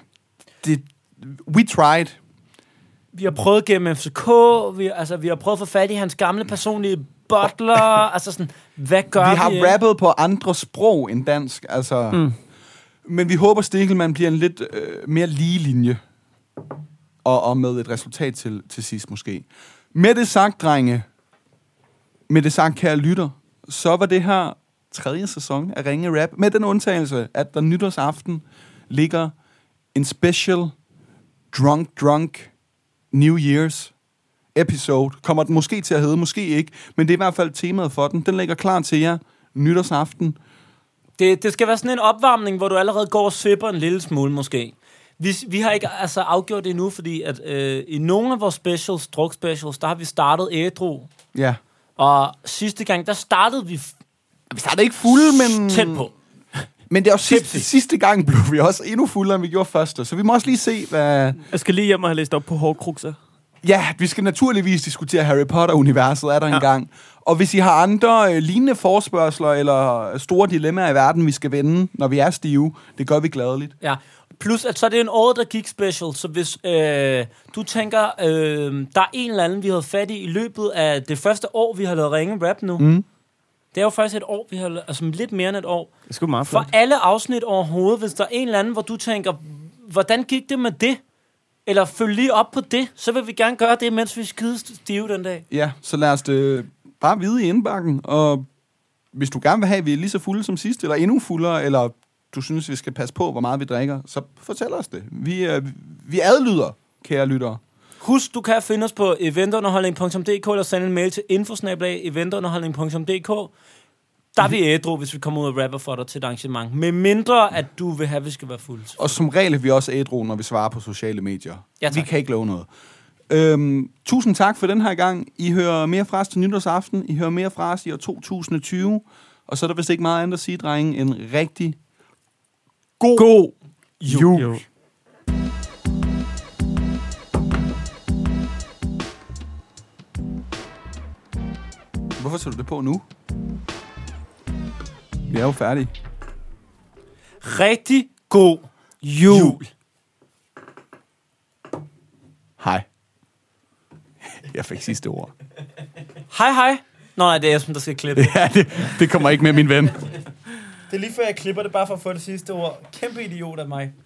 [SPEAKER 2] Det, we tried.
[SPEAKER 1] Vi har prøvet gennem FCK, vi, altså, vi har prøvet at få fat i hans gamle personlige butler. altså sådan, hvad gør vi?
[SPEAKER 2] vi har
[SPEAKER 1] ikke?
[SPEAKER 2] rappet på andre sprog end dansk, altså... Mm. Men vi håber, Stikkelmann bliver en lidt øh, mere lige linje. Og, og med et resultat til, til sidst måske. Med det sagt, drenge, med det sagt, kære lytter, så var det her tredje sæson af Ringe Rap, med den undtagelse, at der nytårsaften ligger en special Drunk Drunk New Year's episode. Kommer den måske til at hedde, måske ikke, men det er i hvert fald temaet for den. Den ligger klar til jer nytårsaften.
[SPEAKER 1] Det, det skal være sådan en opvarmning, hvor du allerede går og sipper en lille smule måske. Vi, vi har ikke altså, afgjort det endnu, fordi at, øh, i nogle af vores specials, druk specials, der har vi startet ædru.
[SPEAKER 2] Ja.
[SPEAKER 1] Og sidste gang, der startede vi...
[SPEAKER 2] Vi startede ikke fulde, men...
[SPEAKER 1] Tæt på.
[SPEAKER 2] Men det er også sidste, sidste gang blev vi også endnu fuldere, end vi gjorde første. Så vi må også lige se, hvad...
[SPEAKER 4] Altså,
[SPEAKER 13] Jeg skal lige hjem og have læst op på hårdkrukser.
[SPEAKER 2] Ja, vi skal naturligvis diskutere Harry Potter-universet, er der ja. engang. Og hvis I har andre øh, lignende forspørgseler eller store dilemmaer i verden, vi skal vende, når vi er stive, det gør vi gladeligt.
[SPEAKER 1] Ja. Plus, at så er det en året, der gik special, så hvis øh, du tænker, øh, der er en eller anden, vi havde fat i i løbet af det første år, vi har lavet ringe rap nu.
[SPEAKER 2] Mm.
[SPEAKER 1] Det er jo faktisk et år, vi har lavet, altså lidt mere end et år.
[SPEAKER 13] Det skulle meget
[SPEAKER 1] For alle afsnit overhovedet, hvis der er en eller anden, hvor du tænker, hvordan gik det med det? Eller følg lige op på det, så vil vi gerne gøre det, mens vi er skide stive den dag.
[SPEAKER 2] Ja, så lad os det bare vide i indbakken, og hvis du gerne vil have, at vi er lige så fulde som sidst, eller endnu fuldere, eller du synes, vi skal passe på, hvor meget vi drikker, så fortæl os det. Vi, øh, vi adlyder, kære lyttere.
[SPEAKER 1] Husk, du kan finde os på eventunderholdning.dk eller sende en mail til infosnablag eventunderholdning.dk. Der er vi ædru, hvis vi kommer ud og rapper for dig til et arrangement. Med mindre, at du vil have, at vi skal være fulde.
[SPEAKER 2] Og som regel er vi også ædru, når vi svarer på sociale medier.
[SPEAKER 1] Ja,
[SPEAKER 2] vi kan ikke love noget. Øhm, tusind tak for den her gang. I hører mere fra os til nytårsaften. I hører mere fra os i år 2020. Og så er der vist ikke meget andet at sige, drenge, end rigtig god, god jul. jul. Hvorfor tager du det på nu? Vi er jo færdige.
[SPEAKER 1] Rigtig god jul. jul.
[SPEAKER 2] Hej. Jeg fik sidste ord.
[SPEAKER 1] Hej, hej. Nå, nej, det er Esben, der skal klippe.
[SPEAKER 2] Ja, det, det kommer ikke med, min ven.
[SPEAKER 11] Det er lige før, jeg klipper det bare for at få det sidste ord. Kæmpe idiot af mig.